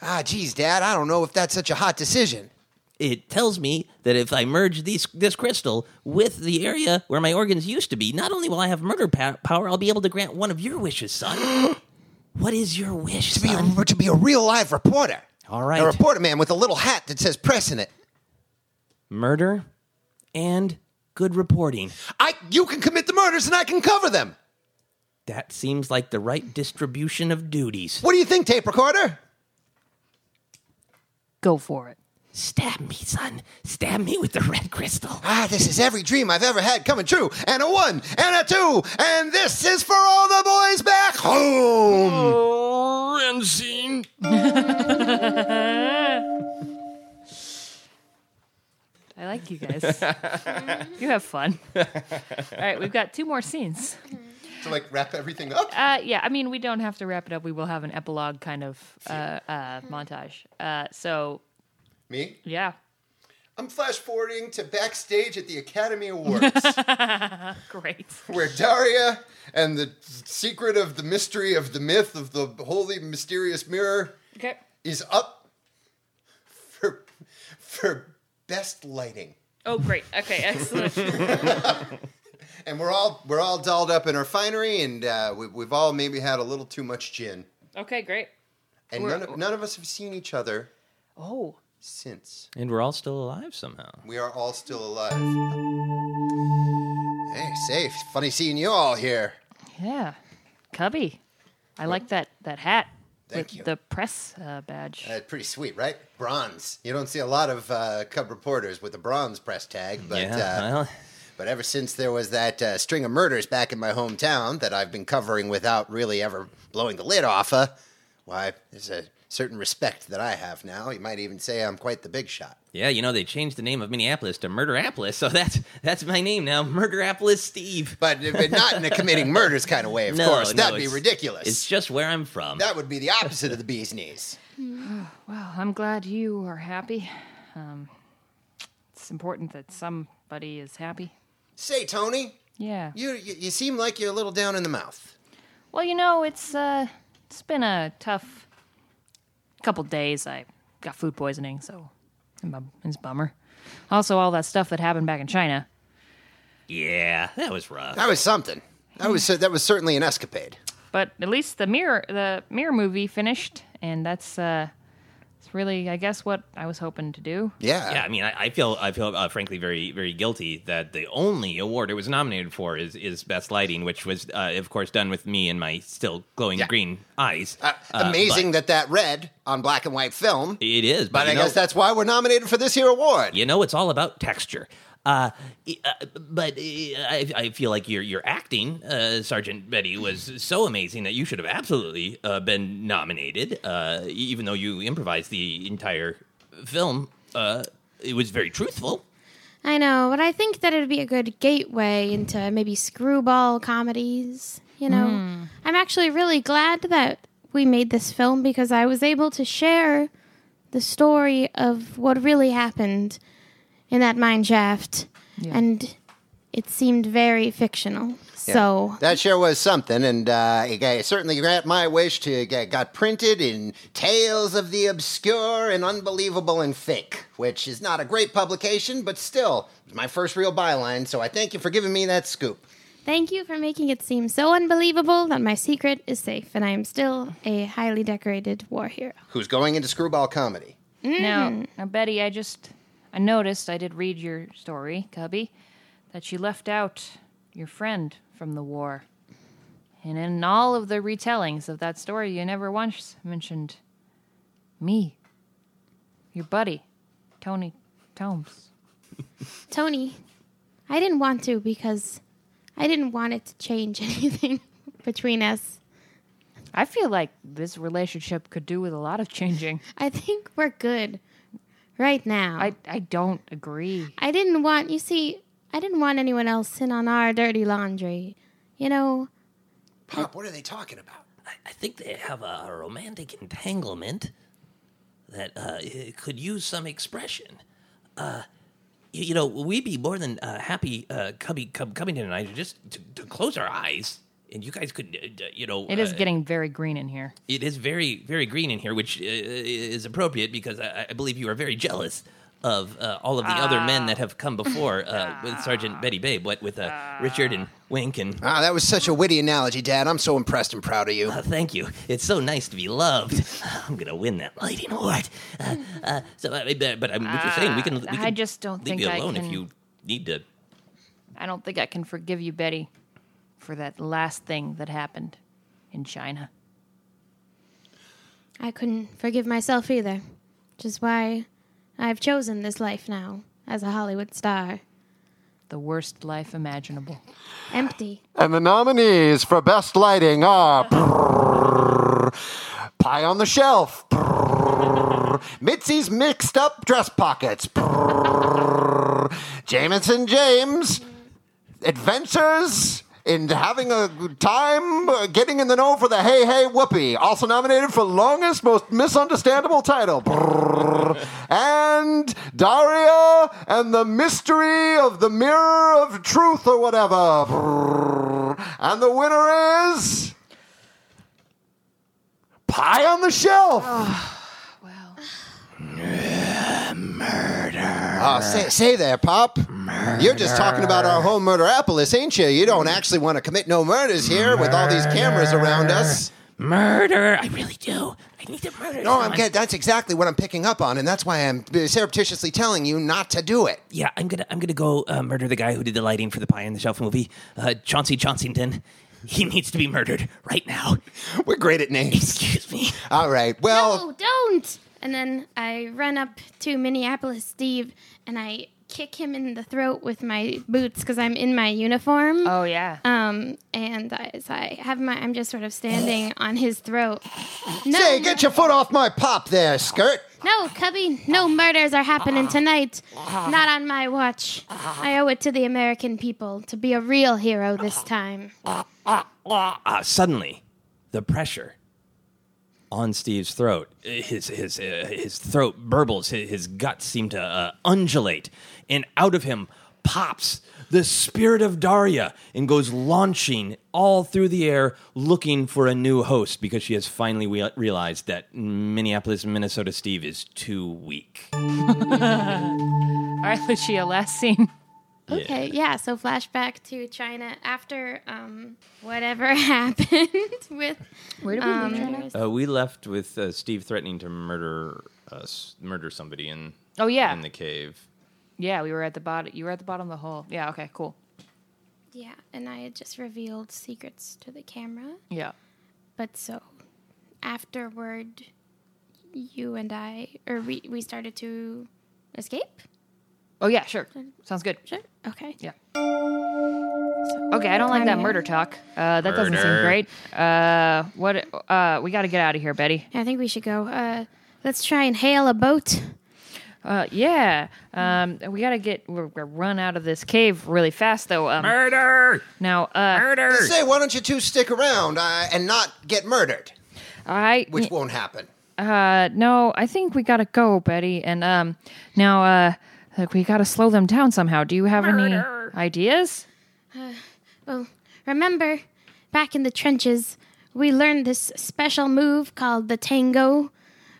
S5: Ah, geez, Dad. I don't know if that's such a hot decision.
S3: it tells me that if I merge these, this crystal with the area where my organs used to be, not only will I have murder pa- power, I'll be able to grant one of your wishes, son. what is your wish,
S5: To be
S3: son?
S5: a, to be a real live reporter.
S3: All right.
S5: A reporter man with a little hat that says press in it.
S3: Murder and good reporting.
S5: I. You can commit the murders and I can cover them.
S3: That seems like the right distribution of duties.
S5: What do you think, tape recorder?
S1: Go for it.
S3: Stab me, son. Stab me with the red crystal.
S5: Ah, this is every dream I've ever had coming true, and a one, and a two, and this is for all the boys back home.
S12: Francine.
S1: I like you guys. you have fun. All right, we've got two more scenes.
S8: To like wrap everything up.
S1: Uh, yeah, I mean, we don't have to wrap it up. We will have an epilogue kind of uh, uh, montage. Uh, so,
S8: Me?
S1: yeah.
S8: I'm flash forwarding to backstage at the Academy Awards.
S1: Great.
S8: where Daria and the secret of the mystery of the myth of the holy mysterious mirror
S1: Okay.
S8: is up for for best lighting.
S1: Oh, great. Okay, excellent.
S8: And we're all we're all dolled up in our finery, and uh, we, we've all maybe had a little too much gin,
S1: okay, great.
S8: and
S1: We're-
S8: none of, none of us have seen each other
S1: Oh,
S8: since.
S3: And we're all still alive somehow.
S8: We are all still alive.
S5: Hey, safe. Funny seeing you all here.
S1: yeah. Cubby. I like that, that hat.
S8: Thank
S1: with
S8: you.
S1: The press uh, badge.
S8: Uh, pretty sweet, right? Bronze. You don't see a lot of uh, Cub reporters with a bronze press tag, but
S3: yeah,
S8: uh,
S3: well,
S5: But ever since there was that uh, string of murders back in my hometown that I've been covering without really ever blowing the lid off of, why, there's a
S8: certain respect that I have now. You might even say I'm quite the big shot.
S3: Yeah, you know they changed the name of Minneapolis to Murderapolis, so that's that's my name now, Murderapolis Steve.
S8: But, uh, but not in a committing murders kind of way, of
S3: No,
S8: course.
S3: no,
S8: That'd be
S3: it's-
S8: ridiculous.
S3: It's just where I'm from.
S8: that would be the opposite of the bee's knees.
S1: Well, I'm glad you are happy. Um, it's important that somebody is happy.
S8: Say, Tony,
S1: Yeah.
S8: you, you you seem like you're a little down in the mouth.
S1: Well, you know, it's uh, it's been a tough couple days. I got food poisoning, so I'm a- it's a bummer. Also, all that stuff that happened back in China.
S3: Yeah, that was rough.
S8: That was something. That was that was certainly an escapade.
S1: But at least the mirror, the mirror movie finished, and that's uh, it's really, I guess, what I was hoping to do.
S8: Yeah.
S3: Yeah, I mean, I, I feel, I feel, uh, frankly, very, very guilty that the only award it was nominated for is is best lighting, which was, uh, of course, done with me and my still glowing green eyes.
S8: Uh,
S3: Uh,
S8: amazing that that read on black and white film.
S3: but it is, but,
S8: But
S3: you
S8: I
S3: know,
S8: guess that's why we're nominated for this here award.
S3: you know, it's all about texture. Uh, e- uh, but uh, I, I feel like your your acting, uh, Sergeant Betty, was so amazing that you should have absolutely uh, been nominated, uh, e- even though you improvised the entire film. Uh, it was very truthful.
S6: I know, but I think that it'd be a good gateway into maybe screwball comedies. You know, I'm actually really glad that we made this film because I was able to share the story of what really happened in that mine shaft, and it seemed very fictional. So
S8: That sure was something, and uh, it got- it certainly grant my wish to get got printed in Tales of the Obscure and Unbelievable and Fake, which is not a great publication, but still it's my first real byline. So I thank you for giving me that scoop.
S6: thank you for making it seem so unbelievable that my secret is safe and I am still a highly decorated war hero.
S8: Who's going into screwball comedy?
S1: Now, now, Betty, I just I noticed I did read your story, Cubby, that you left out your friend from the war. And in all of the retellings of that story, you never once mentioned me, your buddy, Tony Tomes.
S6: Tony, I didn't want to because I didn't want it to change anything between us.
S1: I feel like this relationship could do with a lot of changing.
S6: I think we're good right now.
S1: I, I don't agree.
S6: I didn't want, you see, I didn't want anyone else in on our dirty laundry. You know,
S8: Pop, what are they talking about?
S3: I think they have a, a romantic entanglement that uh, it could use some expression. Uh, you, you know, we'd be more than uh, happy, uh, Cubby Cub Cubbington and I, just to, to close our eyes. And you guys could, uh, d- you know,
S1: It is
S3: uh,
S1: getting very green in here.
S3: it is very, very green in here, which uh, is appropriate because I, I believe you are very jealous of uh, all of the other men that have come before uh, with
S1: Ah.
S3: Sergeant Betty Babe, what with uh, Richard and Wink and.
S8: Ah, that was such a witty analogy, Dad. I'm so impressed and proud of you.
S3: Uh, thank you. It's so nice to be loved. I'm gonna win that lighting award. Uh, uh, so, I- but, but I'm what you're saying. We can. We
S1: Ah, I
S3: can
S1: just don't
S3: leave
S1: think
S3: you
S1: I
S3: alone
S1: can-
S3: if you need to.
S1: I don't think I can forgive you, Betty, for that last thing that happened in China.
S6: I couldn't forgive myself either, which is why I've chosen this life now as a Hollywood star.
S1: The worst life imaginable.
S6: Empty.
S8: And the nominees for best lighting are Pie on the Shelf, Mitzi's Mixed Up Dress Pockets, Jameson James, Adventures in Having a Good Time uh, Getting in the Know for the Hey Hey Whoopee, also nominated for Longest Most Misunderstandable Title, and Daria and the Mystery of the Mirror of Truth or whatever. And the winner is. Pie on the shelf.
S1: Well,
S8: Oh, say, say there, Pop. You're just talking about our whole Murderapolis, ain't you? You don't actually want to commit no murders here with all these cameras around us.
S3: Murder. I really do. I need to murder.
S8: No,
S3: someone.
S8: Oh, I'm good. That's exactly what I'm picking up on, and that's why I'm surreptitiously telling you not to do it.
S3: Yeah, I'm gonna. I'm gonna go uh, murder the guy who did the lighting for the Pie on the Shelf movie, uh, Chauncey Chauncington. He needs to be murdered right now.
S8: We're great at names.
S3: Excuse me.
S8: All right. Well,
S6: No, don't! And then I run up to Minneapolis Steve and I kick him in the throat with my boots because I'm in my uniform.
S1: Oh yeah.
S6: Um, and I, so I have my, I'm just sort of standing on his throat. No,
S8: Say, get your foot off my pop there, skirt.
S6: no, Cubby, no murders are happening tonight. Not on my watch. I owe it to the American people to be a real hero this time.
S3: Uh, suddenly, the pressure on Steve's throat, his his uh, his throat burbles, his, his guts seem to uh, undulate, and out of him pops the spirit of Daria and goes launching all through the air looking for a new host because she has finally we- realized that Minneapolis, Minnesota Steve is too weak.
S1: All right, Lucia. Last scene.
S6: Okay, yeah. So flashback to China after um, whatever happened with
S1: Where did we
S6: um,
S3: Uh, we left with uh, Steve threatening to murder us, murder somebody in
S1: Oh yeah.
S3: in the cave.
S1: yeah, we were at the bottom. You were at the bottom of the hole. Yeah. Okay. Cool.
S6: yeah, and I had just revealed secrets to the camera.
S1: Yeah.
S6: But so afterward, you and I, or we, we started to escape.
S1: Oh yeah. Sure. Sounds good.
S6: Sure. Okay.
S1: Yeah. Okay, I don't like that murder talk. Uh, that doesn't seem
S3: Murder.
S1: great. Uh, what? Uh, we got to get out of here, Betty.
S6: I think we should go. Uh, let's try and hail a boat.
S1: Uh, yeah. Um, we got to get we're, we're run out of this cave really fast, though. Um,
S7: Murder!
S1: now, uh,
S7: Murder!
S8: Say, why don't you two stick around uh, and not get murdered?
S1: I
S8: Which won't happen.
S1: uh, no, I think we got to go, Betty. And um, now uh, like we got to slow them down somehow. Do you have any ideas?
S6: Well, remember, back in the trenches, we learned this special move called the tango,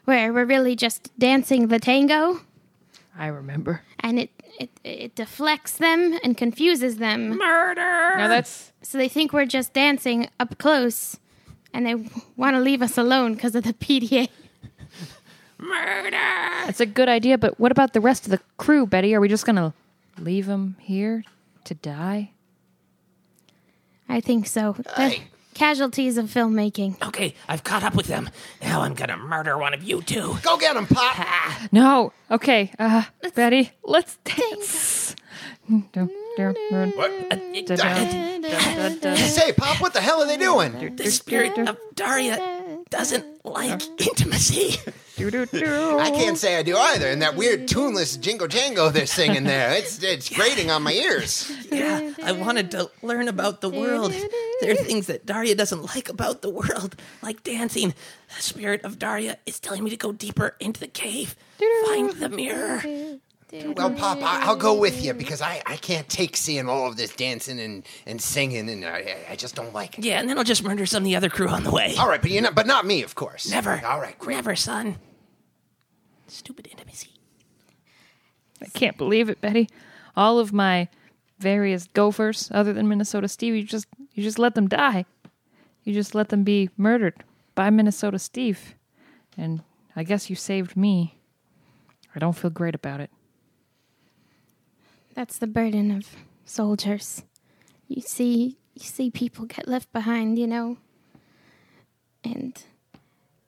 S6: where we're really just dancing the tango,
S1: I remember.
S6: and it it, it deflects them and confuses them,
S1: Now that's
S6: so they think we're just dancing up close, and they want to leave us alone because of the PDA.
S1: that's a good idea. But what about the rest of the crew, Betty? Are we just gonna leave them here to die?
S6: I think so. The casualties of filmmaking.
S7: Okay, I've caught up with them. Now I'm gonna murder one of you two.
S8: Go get him, Pop.
S1: No. Okay. Uh, Betty, let's dance.
S8: Say, Pop, what the hell are they doing?
S7: The spirit of Daria doesn't like intimacy.
S8: I can't say I do either. And that weird tuneless jingo jango they're singing there, it's, it's grating on my ears.
S7: Yeah, I wanted to learn about the world. There are things that Daria doesn't like about the world, like dancing. The spirit of Daria is telling me to go deeper into the cave. Find the mirror.
S8: Well, Pop, I, I'll go with you because I, I can't take seeing all of this dancing and, and singing, and I, I- I just don't like it.
S7: Yeah, and then I'll just murder some of the other crew on the way.
S8: All right, but you know, but not me, of course.
S7: Never.
S8: All right, great.
S7: Never, son. Stupid intimacy.
S1: I can't believe it, Betty. All of my various gophers, other than Minnesota Steve, you just you just let them die. You just let them be murdered by Minnesota Steve, and I guess you saved me. I don't feel great about it.
S6: That's the burden of soldiers. You see, you see people get left behind, you know. And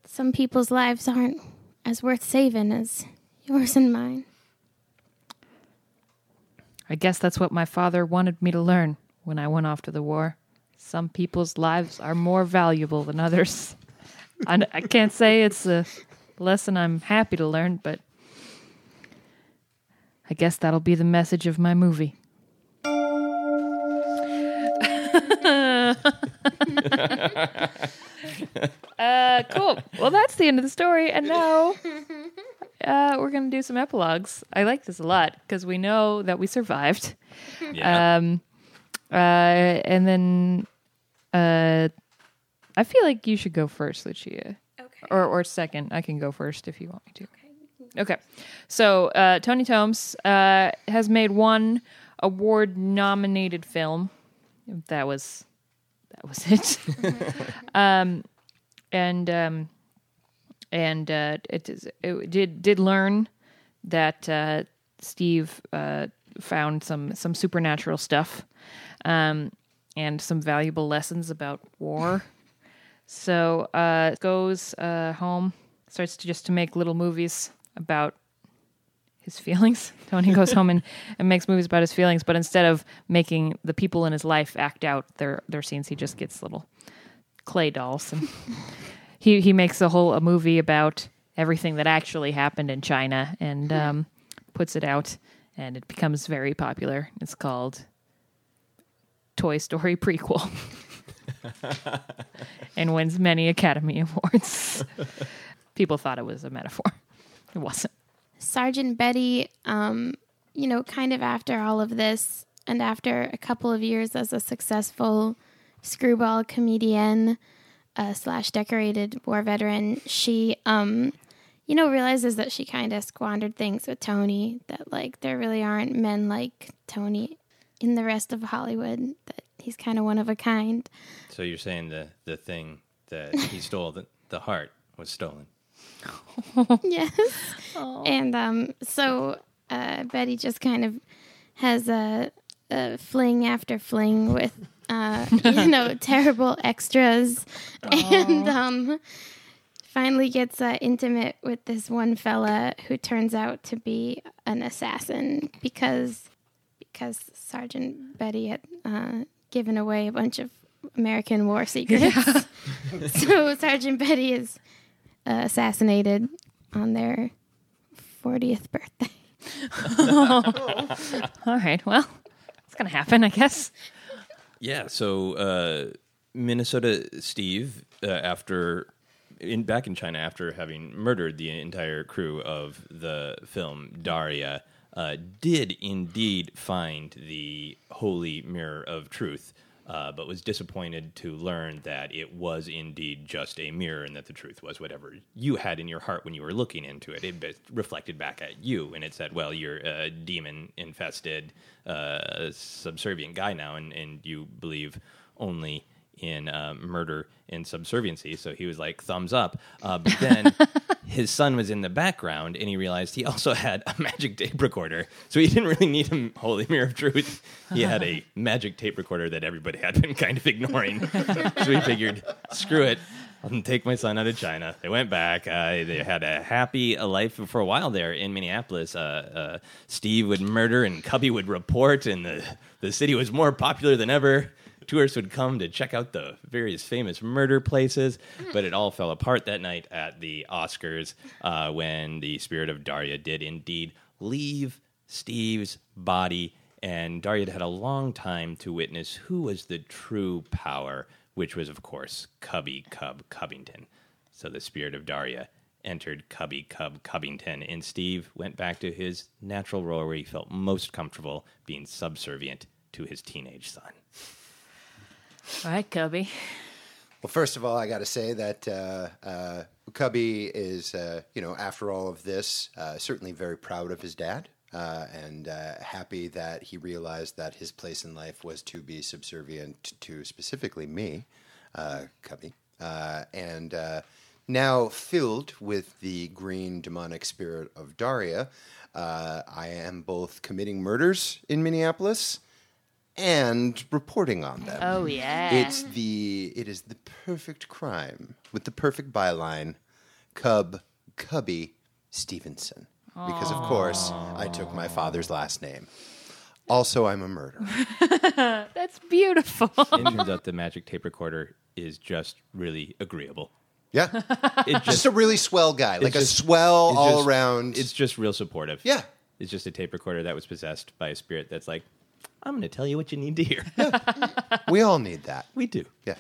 S6: some people's lives aren't as worth saving as yours and mine.
S1: I guess that's what my father wanted me to learn when I went off to the war. Some people's lives are more valuable than others. I, I can't say it's a lesson I'm happy to learn, but I guess that'll be the message of my movie. uh, cool. Well, that's the end of the story, and now uh, we're going to do some epilogues. I like this a lot because we know that we survived.
S3: Yeah.
S1: Uh, and then uh, I feel like you should go first, Lucia.
S6: Okay.
S1: Or, or second. I can go first if you want me to. Okay. So uh, Tony Tomes uh, has made one award nominated film. That was that was it. um, and um, and uh, it, is, it did did learn that uh, Steve uh, found some some supernatural stuff um, and some valuable lessons about war. so uh, goes uh, home, starts to just to make little movies about his feelings. Tony goes home and, and makes movies about his feelings, but instead of making the people in his life act out their their scenes, he just gets little clay dolls. And he he makes a whole a movie about everything that actually happened in China and um, puts it out, and it becomes very popular. It's called Toy Story prequel. and wins many Academy Awards. People thought it was a metaphor. It wasn't.
S6: Sergeant Betty, um, you know, kind of after all of this and after a couple of years as a successful screwball comedian uh, slash decorated war veteran, she, um, you know, realizes that she kind of squandered things with Tony, that like there really aren't men like Tony in the rest of Hollywood, that he's kind of one of a kind.
S3: So you're saying the the thing that Uh, he stole, the, the heart was stolen.
S6: yes. And um, so uh, Betty just kind of has a, a fling after fling with, uh, you know, terrible extras, and um, finally gets uh, intimate with this one fella who turns out to be an assassin because because Sergeant Betty had uh, given away a bunch of American war secrets. so Sergeant Betty is uh, assassinated on their 40th birthday.
S1: All right. Well, it's going to happen, I guess.
S3: Yeah. So uh, Minnesota Steve, uh, after in back in China, after having murdered the entire crew of the film Daria, uh, did indeed find the holy mirror of truth. Uh, but was disappointed to learn that it was indeed just a mirror and that the truth was whatever you had in your heart when you were looking into it. It be- reflected back at you and it said, Well, you're a demon infested, uh, subservient guy now, and, and you believe only in uh, murder and subserviency. So he was like, Thumbs up. Uh, but then his son was in the background and he realized he also had a magic tape recorder. So he didn't really need a holy mirror of truth. He had a magic tape recorder that everybody had been kind of ignoring. so he figured, screw it. I'll take my son out of China. They went back. Uh, they had a happy uh, life for a while there in Minneapolis. Uh, uh, Steve would murder and Cubby would report, and the, the city was more popular than ever. Tourists would come to check out the various famous murder places, but it all fell apart that night at the Oscars uh, when the spirit of Daria did indeed leave Steve's body, and Daria had a long time to witness who was the true power, which was, of course, Cubby Cub Cubbington. So the spirit of Daria entered Cubby Cub Cubbington, and Steve went back to his natural role where he felt most comfortable being subservient to his teenage son.
S1: All right, Cubby.
S8: Well, first of all, I got to say that uh, uh, Cubby is, uh, you know, after all of this, uh, certainly very proud of his dad uh, and uh, happy that he realized that his place in life was to be subservient to specifically me, uh, Cubby. Uh, and uh, now filled with the green demonic spirit of Daria, uh, I am both committing murders in Minneapolis and reporting on them.
S1: Oh, yeah.
S8: It's the it is the perfect crime with the perfect byline, Cub Cubby Stevenson. Because of course I took my father's last name. Also, I'm a murderer.
S1: That's beautiful.
S3: It turns out the magic tape recorder is just really agreeable.
S8: Yeah,
S3: It just,
S8: just a really swell guy, like
S3: just-
S8: a swell
S3: it's
S8: all
S3: just-
S8: around.
S3: It's just real supportive.
S8: Yeah.
S3: It's just a tape recorder that was possessed by a spirit that's like, I'm going to tell you what you need to hear.
S8: we all need that.
S3: we do.
S8: Yeah,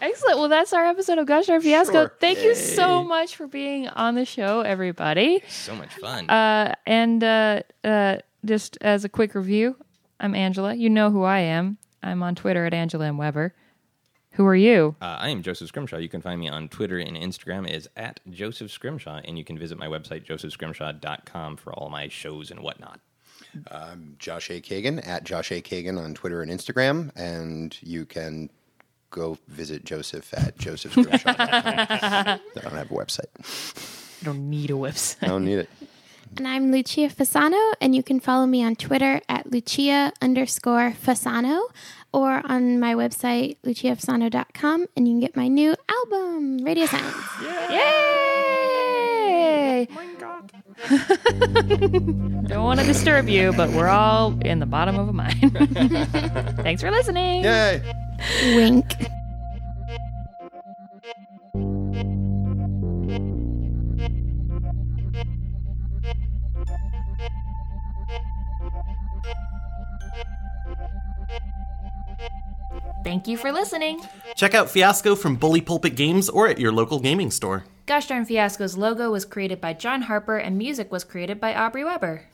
S1: Excellent. Well, that's our episode of Gosh Darn Fiasco.
S8: Sure.
S1: Thank you so much for being on the show, everybody.
S3: So much fun.
S1: Uh, and uh, uh, just as a quick review, I'm Angela. You know who I am. I'm on Twitter at Angela M. Weber. Who are you?
S3: Uh, I am Joseph Scrimshaw. You can find me on Twitter and Instagram is at Joseph Scrimshaw, and you can visit my website, josephscrimshaw.com, for all my shows and whatnot.
S8: Josh A. Kagan at Josh A. Kagan on Twitter and Instagram, and you can go visit Joseph at josephscrimshaw.com. I don't have a website.
S1: I don't need a website.
S8: I don't need it.
S6: And I'm Lucia Fasano, and you can follow me on Twitter at Lucia underscore Fasano or on my website, luciafasano.com, and you can get my new album, Radio Silence.
S1: Yay! Don't want to disturb you, but we're all in the bottom of a mine. Thanks for listening.
S8: Yay!
S6: Wink.
S1: Thank you for listening.
S2: Check out Fiasco from Bully Pulpit Games or at your local gaming store.
S1: Gosh Darn Fiasco's logo was created by John Harper and music was created by Aubrey Weber.